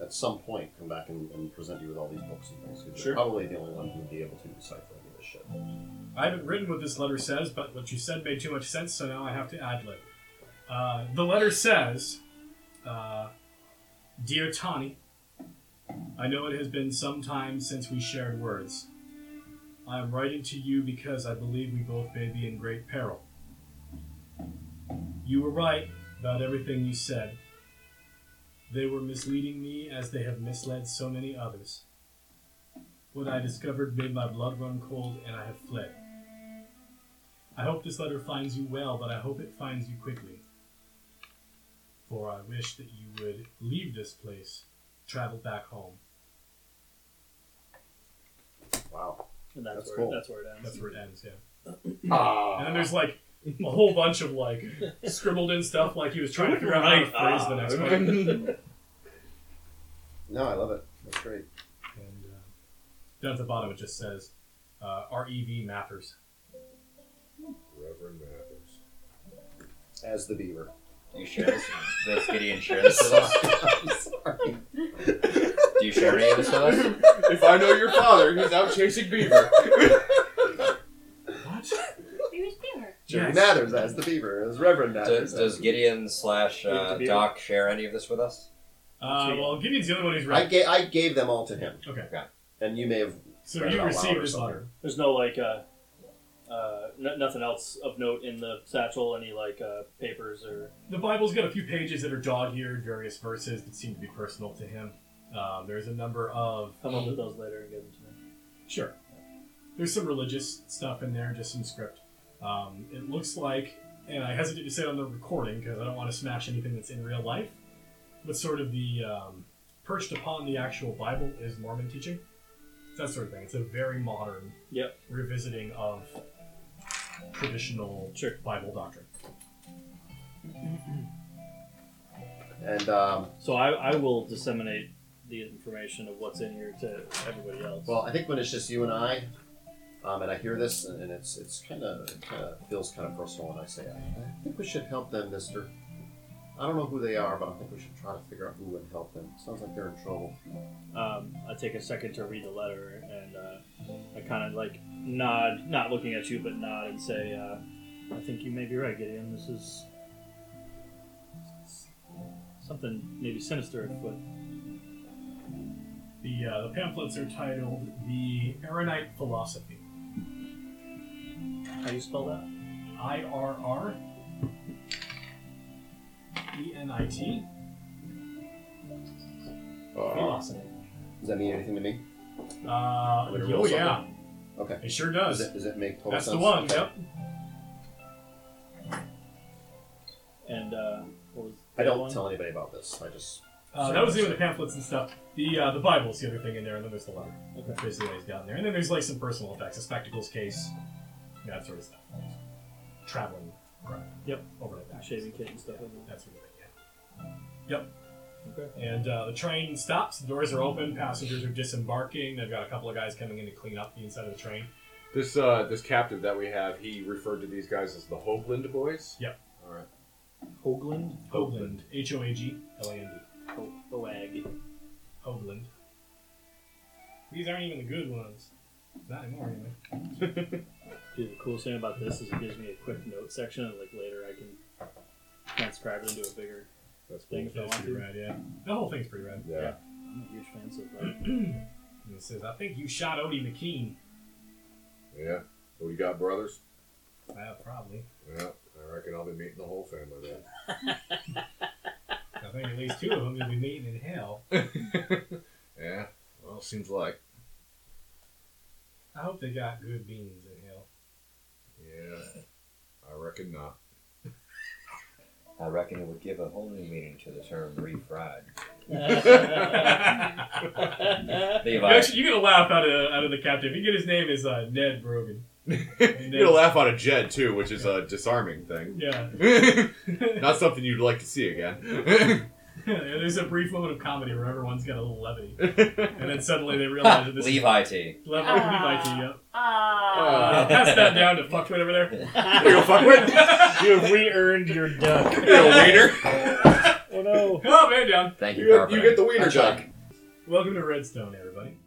[SPEAKER 6] at some point come back and, and present you with all these books and things. 'cause
[SPEAKER 1] Sure.
[SPEAKER 6] You're probably the only one who would be able to decipher any of this shit.
[SPEAKER 1] I haven't written what this letter says, but what you said made too much sense, so now I have to ad lib. Uh, the letter says, uh, Dear Tani, I know it has been some time since we shared words. I am writing to you because I believe we both may be in great peril. You were right about everything you said. They were misleading me as they have misled so many others. What I discovered made my blood run cold, and I have fled. I hope this letter finds you well, but I hope it finds you quickly. For I wish that you would leave this place, travel back home.
[SPEAKER 6] Wow.
[SPEAKER 4] And that's,
[SPEAKER 6] That's
[SPEAKER 4] where
[SPEAKER 6] cool.
[SPEAKER 4] that's where it ends.
[SPEAKER 1] That's where it ends, yeah. And then
[SPEAKER 2] Ah.
[SPEAKER 1] there's like a whole bunch of like scribbled in stuff, like he was trying to figure out how to phrase the next one. And
[SPEAKER 6] No, I love it. That's great.
[SPEAKER 1] uh, down at the bottom, it just says uh, REV mappers.
[SPEAKER 2] Reverend Mathers.
[SPEAKER 6] As the beaver.
[SPEAKER 5] Do you share this, this Gideon share this with us?
[SPEAKER 6] I'm sorry.
[SPEAKER 5] Do you share any of this with us?
[SPEAKER 2] if I know your father, he's out chasing beaver.
[SPEAKER 1] What?
[SPEAKER 3] Maybe it's Beaver.
[SPEAKER 6] Jerry
[SPEAKER 1] Yes.
[SPEAKER 6] Mathers as the beaver. As Reverend Mathers.
[SPEAKER 5] Does, does Gideon slash uh, Doc share any of this with us?
[SPEAKER 1] Uh, well, Gideon's the only one who's
[SPEAKER 6] I,
[SPEAKER 1] right.
[SPEAKER 6] ga- I gave them all to him.
[SPEAKER 1] Okay.
[SPEAKER 6] And you may have.
[SPEAKER 1] So
[SPEAKER 6] read it
[SPEAKER 1] you
[SPEAKER 6] out loud
[SPEAKER 1] received
[SPEAKER 6] or
[SPEAKER 1] this
[SPEAKER 6] something.
[SPEAKER 1] letter.
[SPEAKER 4] There's no like uh, uh, n- nothing else of note in the satchel. Any like uh, papers or
[SPEAKER 1] The Bible's got a few pages that are dog-eared, various verses that seem to be personal to him. Um, there's a number of
[SPEAKER 4] come up with those later and give them to me.
[SPEAKER 1] sure. There's some religious stuff in there, just some script. Um, it looks like, and I hesitate to say it on the recording because I don't want to smash anything that's in real life. But sort of the um, perched upon the actual Bible is Mormon teaching. It's that sort of thing. It's a very modern
[SPEAKER 4] Yep.
[SPEAKER 1] revisiting of traditional
[SPEAKER 4] Sure.
[SPEAKER 1] Bible doctrine.
[SPEAKER 6] And um,
[SPEAKER 4] So I, I will disseminate the information of what's in here to everybody else.
[SPEAKER 6] Well, I think when it's just you and I, um, and I hear this, and, and it's it's kind of it kind of feels kind of personal when I say, I, I think we should help them, Mister. I don't know who they are, but I think we should try to figure out who would help them. Sounds like they're in trouble.
[SPEAKER 4] um, I take a second to read the letter and uh, I kind of like nod, not looking at you, but nod and say, uh, I think you may be right, Gideon. This is something maybe sinister afoot.
[SPEAKER 1] The, uh, the pamphlets are titled The Aaronite Philosophy.
[SPEAKER 4] How do you spell that?
[SPEAKER 1] I R R E N I T. Philosophy.
[SPEAKER 6] Does that mean anything to me?
[SPEAKER 1] Uh,
[SPEAKER 6] Would it
[SPEAKER 1] oh,
[SPEAKER 6] roll
[SPEAKER 1] yeah.
[SPEAKER 6] Okay.
[SPEAKER 1] It sure
[SPEAKER 6] Does
[SPEAKER 1] does.
[SPEAKER 6] it, does it make total
[SPEAKER 1] That's
[SPEAKER 6] sense?
[SPEAKER 1] the one,
[SPEAKER 6] Okay.
[SPEAKER 1] yep.
[SPEAKER 4] And uh, what was
[SPEAKER 6] I
[SPEAKER 4] the
[SPEAKER 6] don't
[SPEAKER 4] one?
[SPEAKER 6] tell anybody about this. I just
[SPEAKER 1] Uh, that was the end of the pamphlets and stuff. The uh, the Bible's the other thing in there, and then there's the letter.
[SPEAKER 4] Okay.
[SPEAKER 1] That's basically what he's got in there. And then there's like some personal effects, a spectacles case, that sort of stuff. Traveling. Right.
[SPEAKER 4] Yep.
[SPEAKER 1] Over like that.
[SPEAKER 4] Shaving kit and stuff. in there.
[SPEAKER 1] That's really it, yeah. Yep. Okay. And uh, the train stops, the doors are open, passengers are disembarking, they've got a couple of guys coming in to clean up the inside of the train.
[SPEAKER 2] This uh, this captive that we have, he referred to these guys as the Hoagland boys.
[SPEAKER 1] Yep.
[SPEAKER 2] All right.
[SPEAKER 4] Hoagland? Oh,
[SPEAKER 1] Hoagland. H O A G L A N D.
[SPEAKER 4] Ho- Hoag.
[SPEAKER 1] Hoagland. These aren't even the good ones. Not anymore, anyway.
[SPEAKER 4] Dude, the coolest thing about this is it gives me a quick note section, and like later I can transcribe it into a bigger
[SPEAKER 2] That's
[SPEAKER 4] thing if I
[SPEAKER 1] That's
[SPEAKER 4] want
[SPEAKER 1] pretty
[SPEAKER 4] to.
[SPEAKER 1] rad, yeah. The whole thing's pretty rad.
[SPEAKER 2] Yeah.
[SPEAKER 4] I'm a huge fan, so like,
[SPEAKER 1] And it says, I think you shot Odie McKean.
[SPEAKER 2] Yeah. What do you got, brothers?
[SPEAKER 1] Uh, probably.
[SPEAKER 2] Yeah. I reckon I'll be meeting the whole family then.
[SPEAKER 1] I think at least two of them you'll be meeting in hell.
[SPEAKER 2] Yeah. seems like.
[SPEAKER 1] I hope they got good beans in hell.
[SPEAKER 2] Yeah, I reckon not.
[SPEAKER 5] I reckon it would give a whole new meaning to the term refried. Levi,
[SPEAKER 1] Actually, you're gonna laugh out of out of the captain. If you get his name is uh, Ned Brogan.
[SPEAKER 2] You're gonna laugh out of Jed too, which is a disarming thing.
[SPEAKER 1] Yeah.
[SPEAKER 2] not something you'd like to see again.
[SPEAKER 1] There's a brief moment of comedy where everyone's got a little levity, and then suddenly they realize that this
[SPEAKER 5] Levi T.
[SPEAKER 1] level
[SPEAKER 3] Ah.
[SPEAKER 1] Levi T, yep.
[SPEAKER 3] Ah.
[SPEAKER 1] Uh, pass that down to fuckwit over there.
[SPEAKER 2] Here you go, fuckwit.
[SPEAKER 7] You have re-earned your duck.
[SPEAKER 2] Here you go, wiener.
[SPEAKER 7] Oh no.
[SPEAKER 1] Oh man, down.
[SPEAKER 5] Thank you,
[SPEAKER 2] You get, you
[SPEAKER 5] Carpenter.
[SPEAKER 2] get the wiener
[SPEAKER 5] Or Chuck.
[SPEAKER 2] duck.
[SPEAKER 1] Welcome to Redstone, everybody.